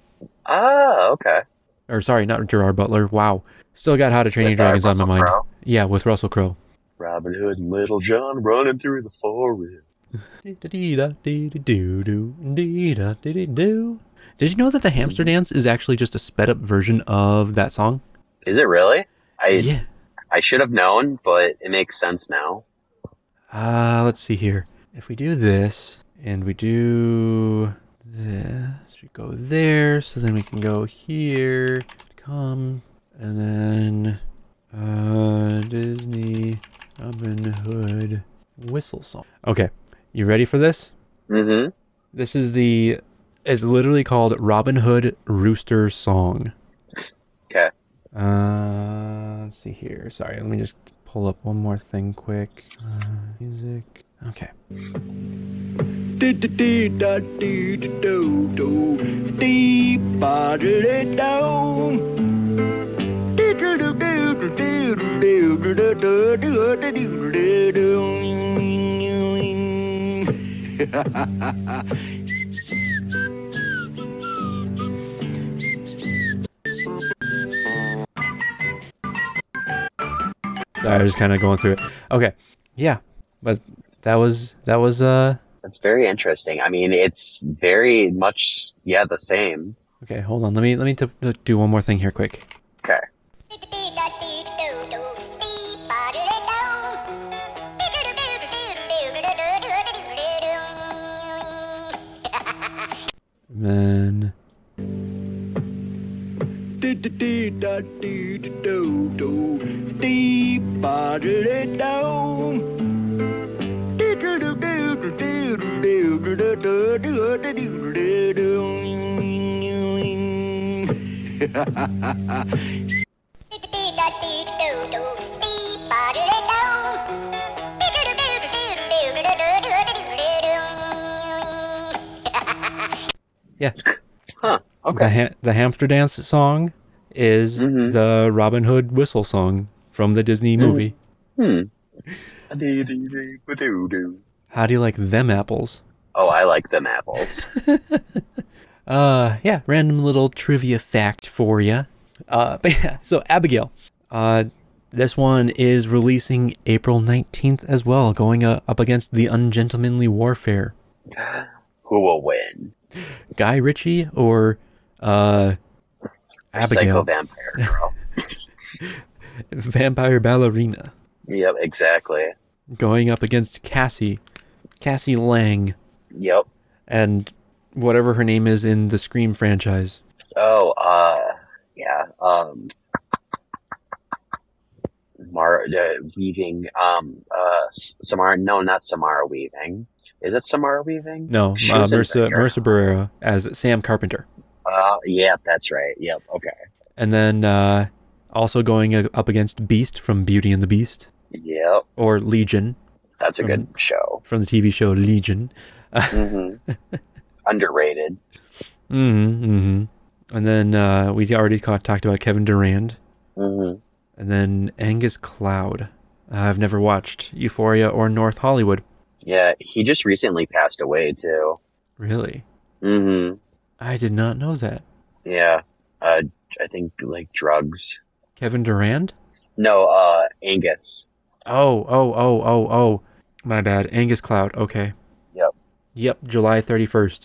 D: ah, okay.
A: Or sorry, not Gerard Butler. Wow, still got How to Train Your
D: With, uh,
A: Dragons on my
D: Russell
A: mind.
D: Crowe.
A: Yeah, with Russell Crowe.
D: Robin Hood and Little John running through the forest.
A: Did you know that the hamster dance is actually just a sped up version of that song?
D: Is it really? I
A: Yeah.
D: I should have known, but it makes sense now.
A: Uh, let's see here. If we do this and we do this, we go there. So then we can go here, come, and then uh, Disney Robin Hood whistle song. Okay, you ready for this?
D: Mm-hmm.
A: This is the. It's literally called Robin Hood Rooster Song.
D: Okay.
A: Uh, let's see here. Sorry, let me just pull up one more thing quick. Uh, music. Okay. Sorry, I was kind of going through it. Okay. Yeah, but that was that was uh.
D: That's very interesting. I mean, it's very much yeah the same.
A: Okay, hold on. Let me let me t- t- do one more thing here, quick.
D: Okay.
A: Then. Yeah.
D: Huh.
A: The
D: Okay.
A: ha- the hamster dance song is
D: Mhm.
A: the Robin Hood whistle song from the Disney movie.
D: Hmm.
A: How do you like them apples?
D: Oh, I like them apples.
A: Uh, yeah, random little trivia fact for you. Uh, but yeah, so Abigail, uh, this one is releasing April 19th as well, going uh, up against The Ungentlemanly Warfare.
D: Who will win?
A: Guy Ritchie or, uh,
D: Psycho
A: Abigail,
D: vampire girl.
A: Vampire Ballerina,
D: yep, exactly.
A: going up against Cassie, Cassie Lang,
D: Yep.
A: and whatever her name is in the Scream franchise.
D: Oh, uh, yeah. Um, Mar uh, weaving. Um, uh, S- Samara. No, not Samara weaving. Is it Samara weaving?
A: No, uh,
D: She was in
A: Marissa,
D: Bigger.
A: Marissa Barrera as Sam Carpenter.
D: Uh, yeah, that's right. Yep. Okay.
A: and then uh, also going a- up against Beast from Beauty and the Beast
D: Yep.
A: or Legion
D: That's a good
A: Um,
D: show.
A: from the TV show Legion.
D: hmm Underrated.
A: Mm-hmm, mm-hmm. And then uh, we already ca- talked about Kevin Durand,
D: hmm
A: and then Angus Cloud. Uh, I've never watched Euphoria or North Hollywood.
D: Yeah, he just recently passed away too.
A: Really,
D: hmm
A: I did not know that.
D: Yeah. Uh, I think like drugs.
A: Kevin Durand.
D: No, uh, Angus.
A: Oh, oh, oh, oh, oh. My bad. Angus Cloud. Okay.
D: Yep.
A: Yep. July thirty
D: Mhm.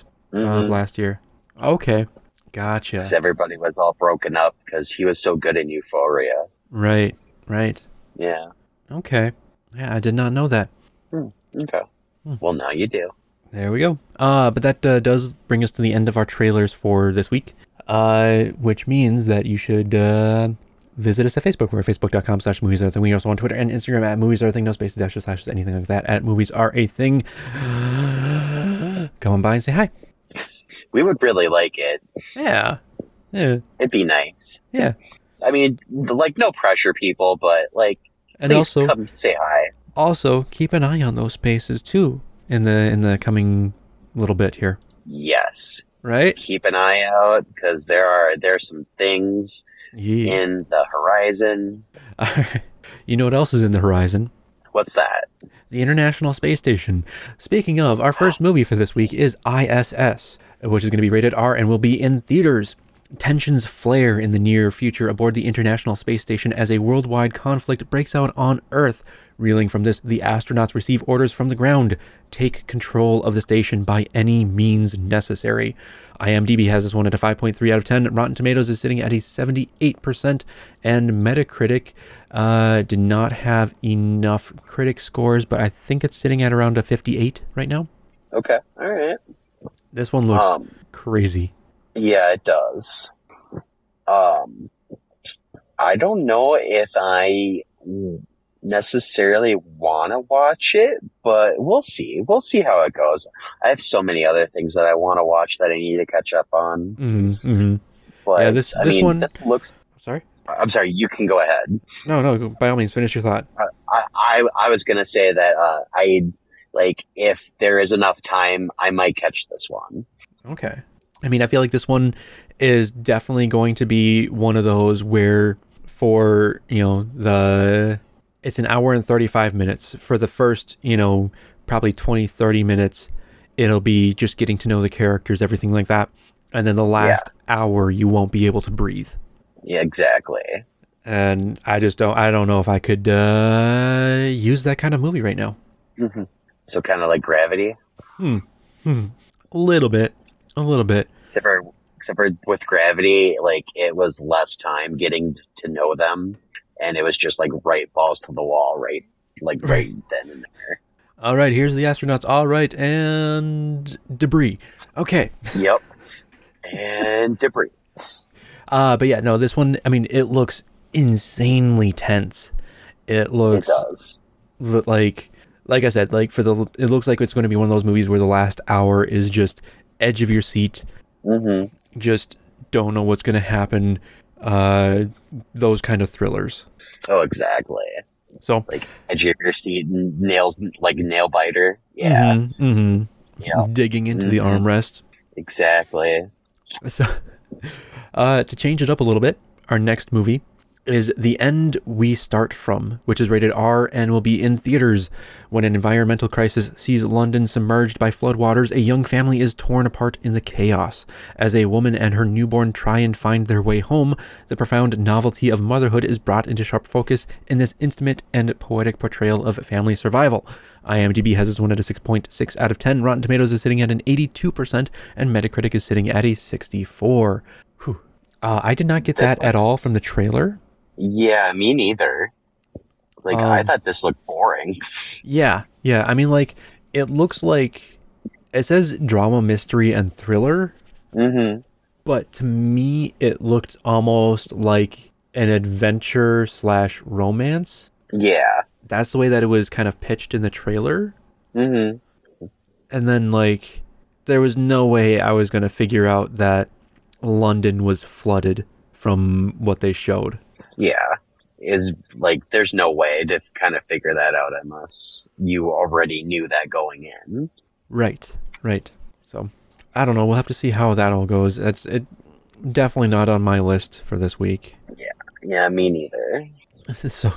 A: of last year. Okay. Gotcha.
D: 'Cause everybody was all broken up because he was so good in Euphoria.
A: Right, right.
D: Yeah.
A: Okay. Yeah, I did not know that.
D: Okay.
A: Hmm.
D: Well, now you do.
A: There we go. Uh, but that uh, does bring us to the end of our trailers for this week, uh, which means that you should uh, visit us at Facebook. We're at facebook.com slash movies are a thing. We also on Twitter and Instagram at movies are a thing, no spaces, dashes, slashes, anything like that, at movies are a thing. Come on by and say hi.
D: We would really like it.
A: Yeah. Yeah.
D: It'd be nice.
A: Yeah.
D: I mean, like no pressure, people, but like
A: And
D: please
A: also,
D: come say hi.
A: also keep an eye on those spaces too in the in the coming little bit here,
D: Yes,
A: right?
D: keep an eye out because there are there are some things
A: Yeah.
D: in the horizon.
A: you know what else is in the horizon?
D: What's that?
A: the International Space Station. Speaking of, our first movie for this week is ISS, which is going to be rated R and will be in theaters. Tensions flare in the near future aboard the International Space Station as a worldwide conflict breaks out on Earth. Reeling from this, the astronauts receive orders from the ground take control of the station by any means necessary. IMDb has this one at a 5.3 out of 10. Rotten Tomatoes is sitting at a 78%, and Metacritic uh, did not have enough critic scores, but I think it's sitting at around a 58 right now.
D: Okay, all right.
A: This one looks
D: Um,
A: crazy.
D: Yeah, it does. Um, I don't know if I necessarily want to watch it, but we'll see. We'll see how it goes. I have so many other things that I want to watch that I need to catch up on.
A: Mm-hmm, mm-hmm.
D: But
A: Yeah, this-
D: I
A: this
D: mean,
A: one-
D: this looks.
A: Sorry?
D: I'm sorry. You can go ahead.
A: No, no, go- by all means, finish your thought.
D: I, I, I was gonna say that uh, I like if there is enough time, I might catch this one.
A: Okay. I mean, I feel like this one is definitely going to be one of those where for, you know, the it's an hour and 35 minutes for the first, you know, probably 20 30 minutes it'll be just getting to know the characters, everything like that. And then the last hour you won't be able to breathe.
D: Yeah, exactly.
A: And I just don't I don't know if I could uh use that kind of movie right now.
D: So kind of like Gravity,
A: A little bit. A little bit.
D: except for except for with Gravity, like it was less time getting to know them, and it was just like right balls to the wall, right, like right, then and there.
A: All right, here's the astronauts. All right, and debris. Okay.
D: Yep, and debris.
A: Uh, but yeah, no, this one, I mean, it looks insanely tense. It
D: It
A: looks
D: does.
A: li- like, like I said, like for the, it looks like it's going to be one of those movies where the last hour is just edge of your seat,
D: hmm
A: just don't know what's going to happen. Uh, those kind of thrillers.
D: Oh, exactly.
A: So,
D: Like edge of your seat, nails like nail biter. Yeah.
A: mhm, mhm.
D: Yeah.
A: digging into the
D: Mhm.
A: armrest.
D: Exactly.
A: So, uh, to change it up a little bit, our next movie is The End We Start From, which is rated R and will be in theaters. When an environmental crisis sees London submerged by floodwaters, a young family is torn apart in the chaos. As a woman and her newborn try and find their way home, the profound novelty of motherhood is brought into sharp focus in this intimate and poetic portrayal of family survival. IMDb has this one at a 6.6 out of 10. Rotten Tomatoes is sitting at an 82%, and Metacritic is sitting at a 64. Whew. Uh, I did not get
D: This
A: that at all
D: looks-
A: from the trailer.
D: Yeah, me neither. Like I
A: Um,
D: thought this looked boring.
A: Yeah, yeah. I mean, like, it looks like it says drama, mystery, and thriller,
D: hmm
A: but to me, it looked almost like an adventure slash romance.
D: Yeah.
A: That's the way that it was kind of pitched in the trailer.
D: hmm
A: And then, like, there was no way I was going to figure out that London was flooded from what they showed.
D: Yeah. Is like there's no way to kind of figure that out unless you already knew that going in.
A: Right, right. So, I don't know. We'll have to see how that all goes. It's it, definitely not on my list for this week.
D: Yeah, me neither.
A: so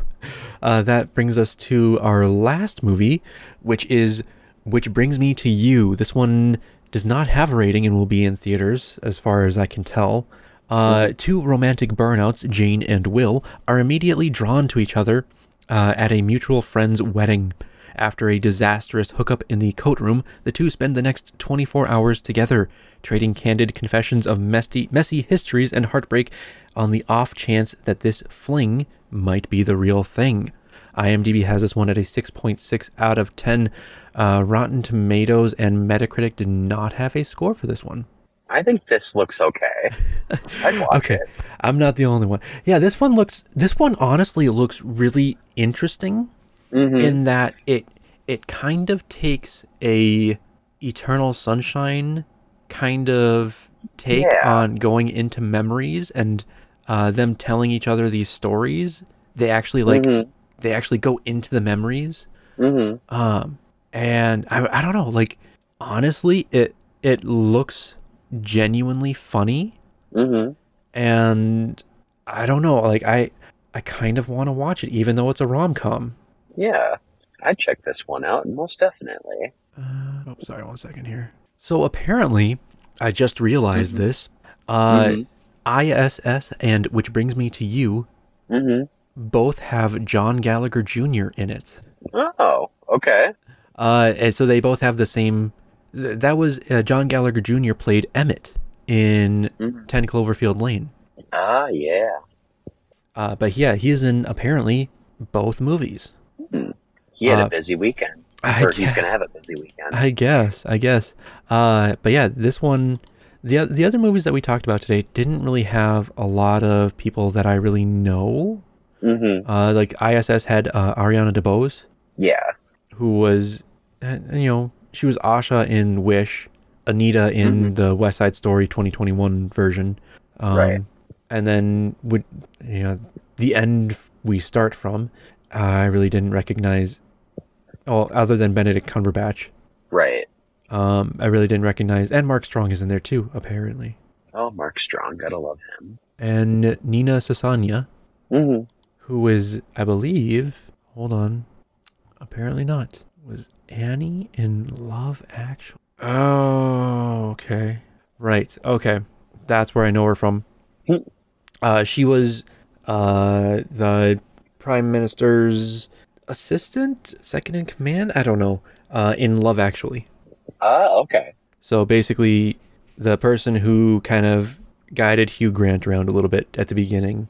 A: uh, that brings us to our last movie which is which brings me to you this one does not have a rating and will be in theaters as far as i can tell uh, two romantic burnouts jane and will are immediately drawn to each other uh, at a mutual friend's wedding after a disastrous hookup in the coat room, the two spend the next 24 hours together, trading candid confessions of messy, messy histories and heartbreak on the off chance that this fling might be the real thing. IMDb has this one at a 6.6 out of 10. Uh, Rotten Tomatoes and Metacritic did not have a score for this one.
D: I think this looks okay. I'd watch
A: Oh, Okay,
D: it.
A: I'm not the only one. Yeah, this one looks. This one honestly looks really interesting in that it it kind of takes a Eternal Sunshine kind of take
D: Yeah.
A: on going into memories and uh, them telling each other these stories. They actually like they actually go into the memories. Mm-hmm. Um, and I I don't know like honestly it it looks genuinely funny
D: Mm-hmm.
A: and I don't know, like I I kind of want to watch it, even though it's a rom com.
D: Yeah, I'd check this one out most definitely.
A: Oh, sorry, one second here. So apparently, I just realized this. Uh, ISS and which brings me to you,
D: Mm-hmm.
A: both have John Gallagher Jr. in it.
D: Oh, okay.
A: Uh, and so they both have the same. th- That was uh, John Gallagher Jr. played Emmett in Ten Cloverfield Lane.
D: Ah, yeah.
A: Uh, but yeah, he is in apparently both movies.
D: He had
A: Uh,
D: a busy weekend,
A: I
D: or he's
A: guess.
D: gonna have a busy weekend.
A: I guess, I guess. Uh, but yeah, this one, the o- the other movies that we talked about today didn't really have a lot of people that I really know.
D: mm-hmm.
A: Uh, like ISS had uh, Ariana DeBose,
D: Yeah.
A: who was, uh, you know, she was Asha in Wish, Anita in the West Side Story 2021 version, um,
D: Right.
A: And then would you know the end we start from? I really didn't recognize, well, other than Benedict Cumberbatch.
D: Right.
A: Um, I really didn't recognize, and Mark Strong is in there too, apparently,
D: Oh, Mark Strong, gotta love him.
A: and Nina Sasanya,
D: Mm-hmm.
A: who is, I believe, hold on, apparently not, was Annie in Love Actually? Oh, okay, right, okay, that's where I know her from. uh, she was uh the prime minister's assistant, second in command. I don't know. Uh, in Love Actually.
D: Ah, okay.
A: So basically, the person who kind of guided Hugh Grant around a little bit at the beginning.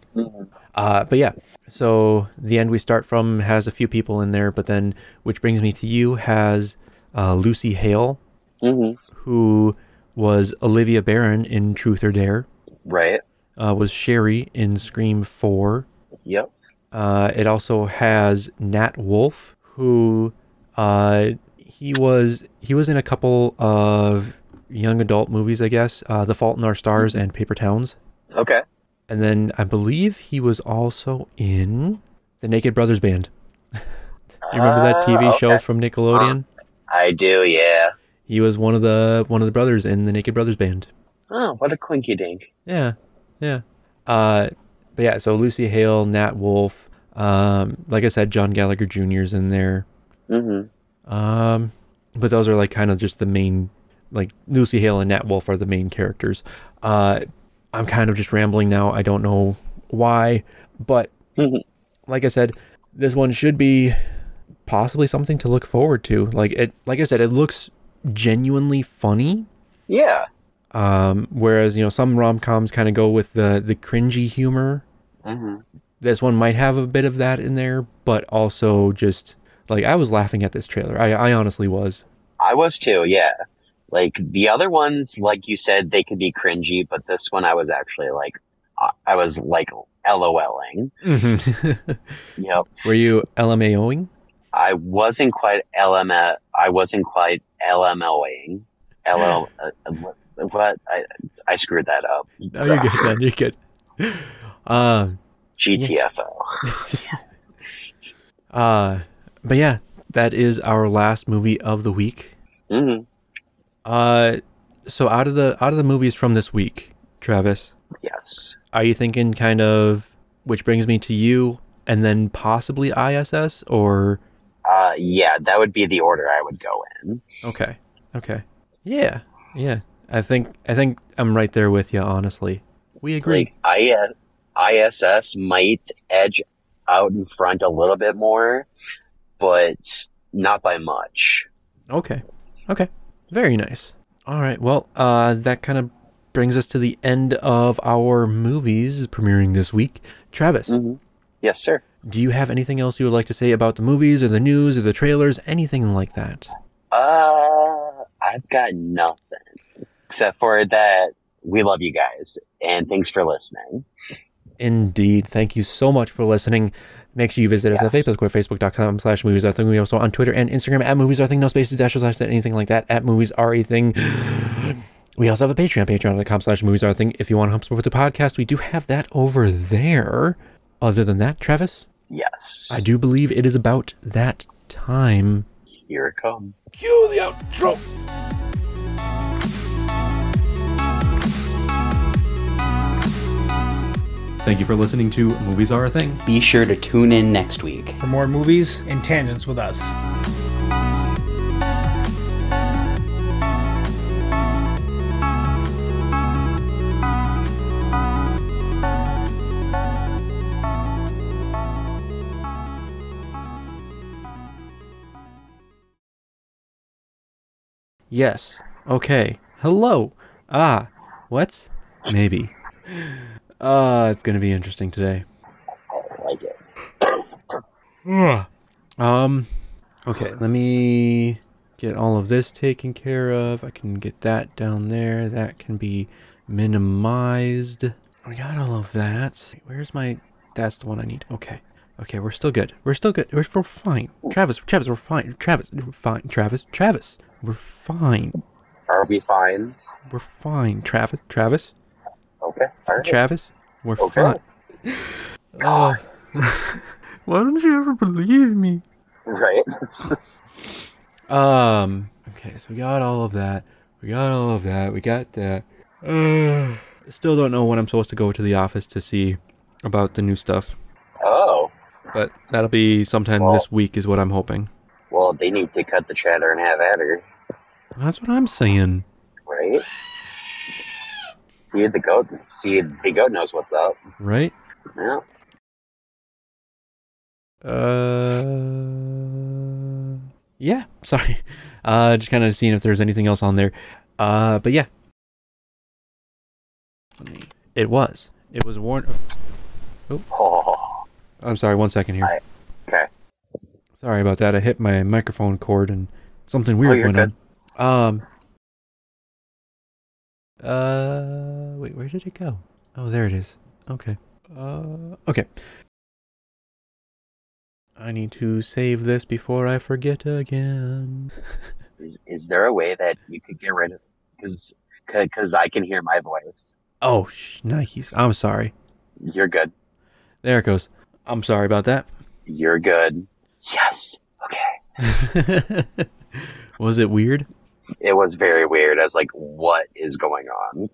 A: Uh, but yeah, so the end we start from has a few people in there, but then which brings me to you has uh, Lucy Hale,
D: Mm-hmm.
A: who was Olivia Barron in Truth or Dare,
D: Right.
A: uh, was Sherry in Scream Four.
D: Yep.
A: Uh, it also has Nat Wolf, who uh, he was he was in a couple of young adult movies, I guess, uh, The Fault in Our Stars and Paper Towns,
D: Okay.
A: and then I believe he was also in The Naked Brothers Band. you remember that TV
D: Ah,
A: show
D: okay. Uh-huh.
A: from Nickelodeon?
D: I do. Yeah.
A: He was one of the one of the brothers in The Naked Brothers Band.
D: Oh, what a quinky dink.
A: Yeah, yeah. Uh, but yeah, so Lucy Hale, Nat Wolf, um, like I said, John Gallagher Jr.'s in there.
D: Mm-hmm.
A: Um, but those are like kind of just the main, like Lucy Hale and Nat Wolf are the main characters. Uh, I'm kind of just rambling now. I don't know why, but like I said, this one should be possibly something to look forward to. Like it, like I said, it looks genuinely funny.
D: Yeah.
A: Um, whereas you know some rom coms kind of go with the the cringy humor.
D: Mm-hmm.
A: This one might have a bit of that in there, but also just like I was laughing at this trailer. I, I honestly was.
D: I was too. Yeah. Like the other ones, like you said, they could be cringy, but this one I was actually like, I- I was like LOLing. Yep.
A: Were you LMAOing?
D: I wasn't quite LML. I wasn't quite LMLing. LL. uh, what? what? I, I screwed that up.
A: No, you're good. Man, you're good. Uh,
D: GTFO.
A: uh, but yeah, that is our last movie of the week.
D: hmm
A: Uh, so out of the out of the movies from this week, Travis,
D: Yes.
A: are you thinking kind of which brings me to you, and then possibly ISS or
D: Uh, yeah, that would be the order I would go in.
A: okay, okay, yeah, yeah. I think I think I'm right there with you. Honestly, we agree.
D: Like, I, ISS might edge out in front a little bit more, but not by much.
A: Okay. Okay. Very nice. All right. Well, uh, that kind of brings us
D: Mm.
A: to the end of our movies premiering this week. Travis,
D: Yes, sir.
A: Do you have anything else you would like to say about the movies or the news or the trailers, anything like that?
D: Uh, I've got nothing except for that we love you guys and thanks for listening.
A: Indeed. Thank you so much for listening. Make sure you visit us at
D: Yes.
A: Facebook, facebook.com slash movies are a thing. We also on Twitter and Instagram at movies are a thing, no spaces, dashes, slash, anything like that, at movies are a thing. We also have a Patreon, patreon.com slash movies are a thing. If you want to help support the podcast, we do have that over there. Other than that, Travis,
D: Yes.
A: I do believe it is about that time.
D: Here it comes.
A: Cue the outro. Thank you for listening to Movies Are a Thing.
B: Be sure to tune in next week.
C: for more movies and tangents with us.
A: Yes. Okay. Hello. Ah. What? Maybe. Uh, it's gonna be interesting today.
D: I like it.
A: Um. Okay. Let me get all of this taken care of. I can get that down there. That can be minimized. We got all of that. Where's my? That's the one I need. Okay. Okay. We're still good. We're still good. We're, we're fine. Travis. Travis. We're fine. Travis. We're fine. Travis. Travis. We're fine.
D: Are we fine?
A: We're fine. Travis. Travis.
D: Okay. All right.
A: Travis, we're
D: Okay.
A: fine. Oh. Why don't you ever believe me?
D: Right.
A: Um. Okay, so we got all of that. We got all of that. We got that. Still don't know when I'm supposed to go to the office to see about the new stuff,
D: oh.
A: but that'll be sometime
D: Well-
A: this week, is what I'm hoping.
D: Well, they need to cut the chatter and have at her,
A: That's what I'm saying.
D: right? See the goat. See the goat knows what's up.
A: Right?
D: Yeah.
A: Uh. Yeah. Sorry. Uh, just kind of seeing if there's anything else on there. Uh, but yeah. Let me- It was. It was warned.
D: Oh.
A: I'm sorry. One second here.
D: I- okay.
A: Sorry about that. I hit my microphone cord and something weird
D: Oh, you're
A: went
D: good.
A: on. Um. Uh. Wait. Where did it go? Oh, there it is. Okay. Uh. Okay. I need to save this before I forget again.
D: Is, is there a way that you could get rid of? Because because I can hear my voice.
A: Oh, sh- Nikes. I'm sorry.
D: You're good.
A: There it goes. I'm sorry about that.
D: You're good. Yes. Okay.
A: Was it weird?
D: It was very weird. I was like, what is going on?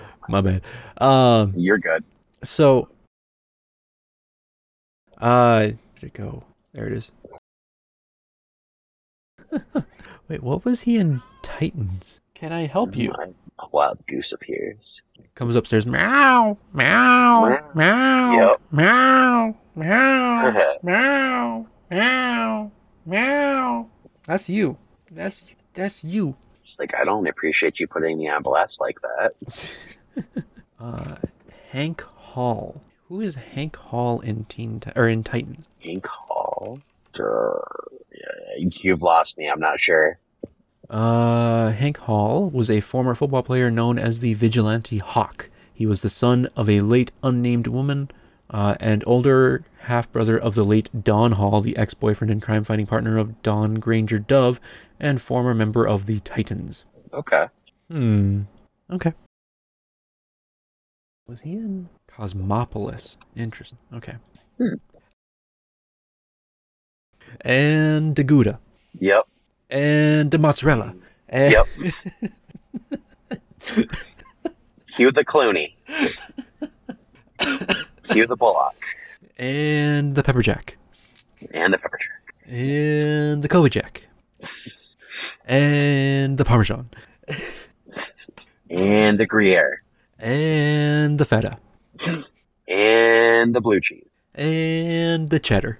A: My bad. Um.
D: You're good.
A: So, uh, where'd it go? There it is. Wait, what was he in Titans? Can I help you?
D: My- A wild goose appears.
A: Comes upstairs. Meow, meow,
D: Meow.
A: meow,
D: Yep.
A: meow, meow, meow, meow, meow. That's you. That's that's you.
D: It's like, I don't appreciate you putting me on blast like that.
A: uh, Hank Hall. Who is Hank Hall in Teen Ti- or in Titans?
D: Ink Hall. Durr. Yeah, You've lost me. I'm not sure.
A: Uh, Hank Hall was a former football player known as the Vigilante Hawk. He was the son of a late unnamed woman uh, and older half brother of the late Don Hall, the ex boyfriend and crime fighting partner of Don Granger Dove and former member of the Titans.
D: Okay.
A: Hmm. Okay. Was he in Cosmopolis? Interesting. Okay.
D: Hmm.
A: And Daguda.
D: Yep.
A: And the mozzarella. And
D: Yep. Cue the Clooney. Cue the Bullock.
A: and the pepper jack
D: And the Pepper Jack.
A: and the kobe jack and the parmesan
D: And the Gruyere.
A: and the feta
D: And the Blue Cheese.
A: and the cheddar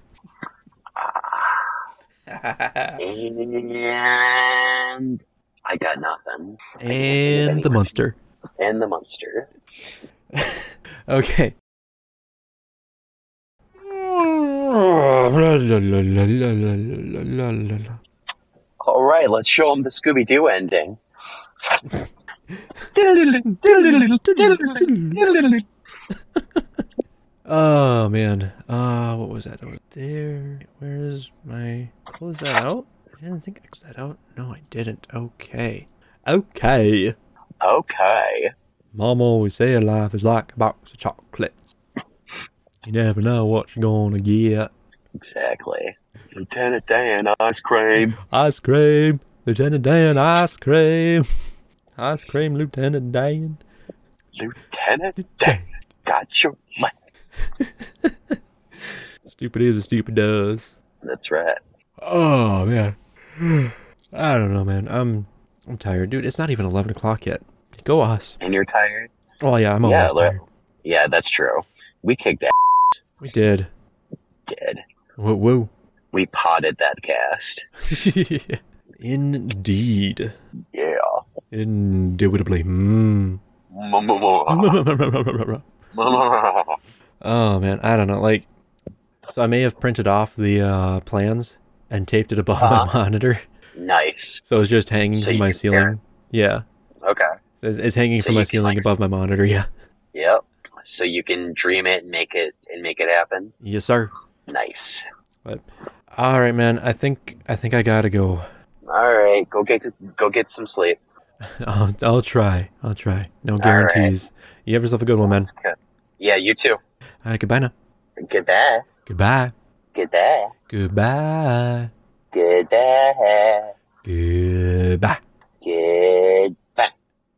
D: And I got nothing.
A: and the munster
D: And the Munster.
A: okay
D: All right, let's show them the Scooby Doo ending.
A: Oh man. Uh what was that? That was there. Where is my close that out? I didn't think I closed that out. No, I didn't. Okay. Okay.
D: Okay.
A: Mom always say life is like a box of chocolates. You never know what you're gonna get.
D: Exactly. Lieutenant Dan ice cream.
A: Ice cream, Lieutenant Dan, ice cream. Ice cream, Lieutenant Dan.
D: Lieutenant Dan got your money.
A: Stupid is as stupid does.
D: That's right.
A: Oh man. I don't know, man. I'm I'm tired, dude. It's not even eleven o'clock yet. Go us.
D: And you're tired?
A: Oh yeah, I'm
D: yeah,
A: almost
D: le-
A: tired.
D: yeah, that's true. We kicked ass,
A: We did.
D: did.
A: Woo woo.
D: We potted that cast.
A: Indeed.
D: Yeah.
A: Indubitably. Mm. oh man, I don't know. Like, so I may have printed off the uh, plans and taped it above my monitor,
D: nice.
A: so it's just hanging
D: Uh-huh. So
A: from
D: you
A: my
D: can share
A: ceiling. Yeah,
D: Okay.
A: So it's, it's hanging
D: So
A: from
D: you
A: my
D: can,
A: ceiling
D: like,
A: above my monitor. Yeah.
D: Yep. So you can dream it and make it and make it happen.
A: Yes, sir.
D: Nice.
A: But all right, man. I think I think I gotta go.
D: All right, go get go get some sleep.
A: I'll, I'll try. I'll try. No
D: right.
A: guarantees. You have yourself a good one, man.
D: Sounds good. Yeah, you too.
A: All right. Goodbye now.
D: Goodbye.
A: Goodbye.
D: Goodbye.
A: Goodbye.
D: Goodbye.
A: Goodbye.
D: Goodbye.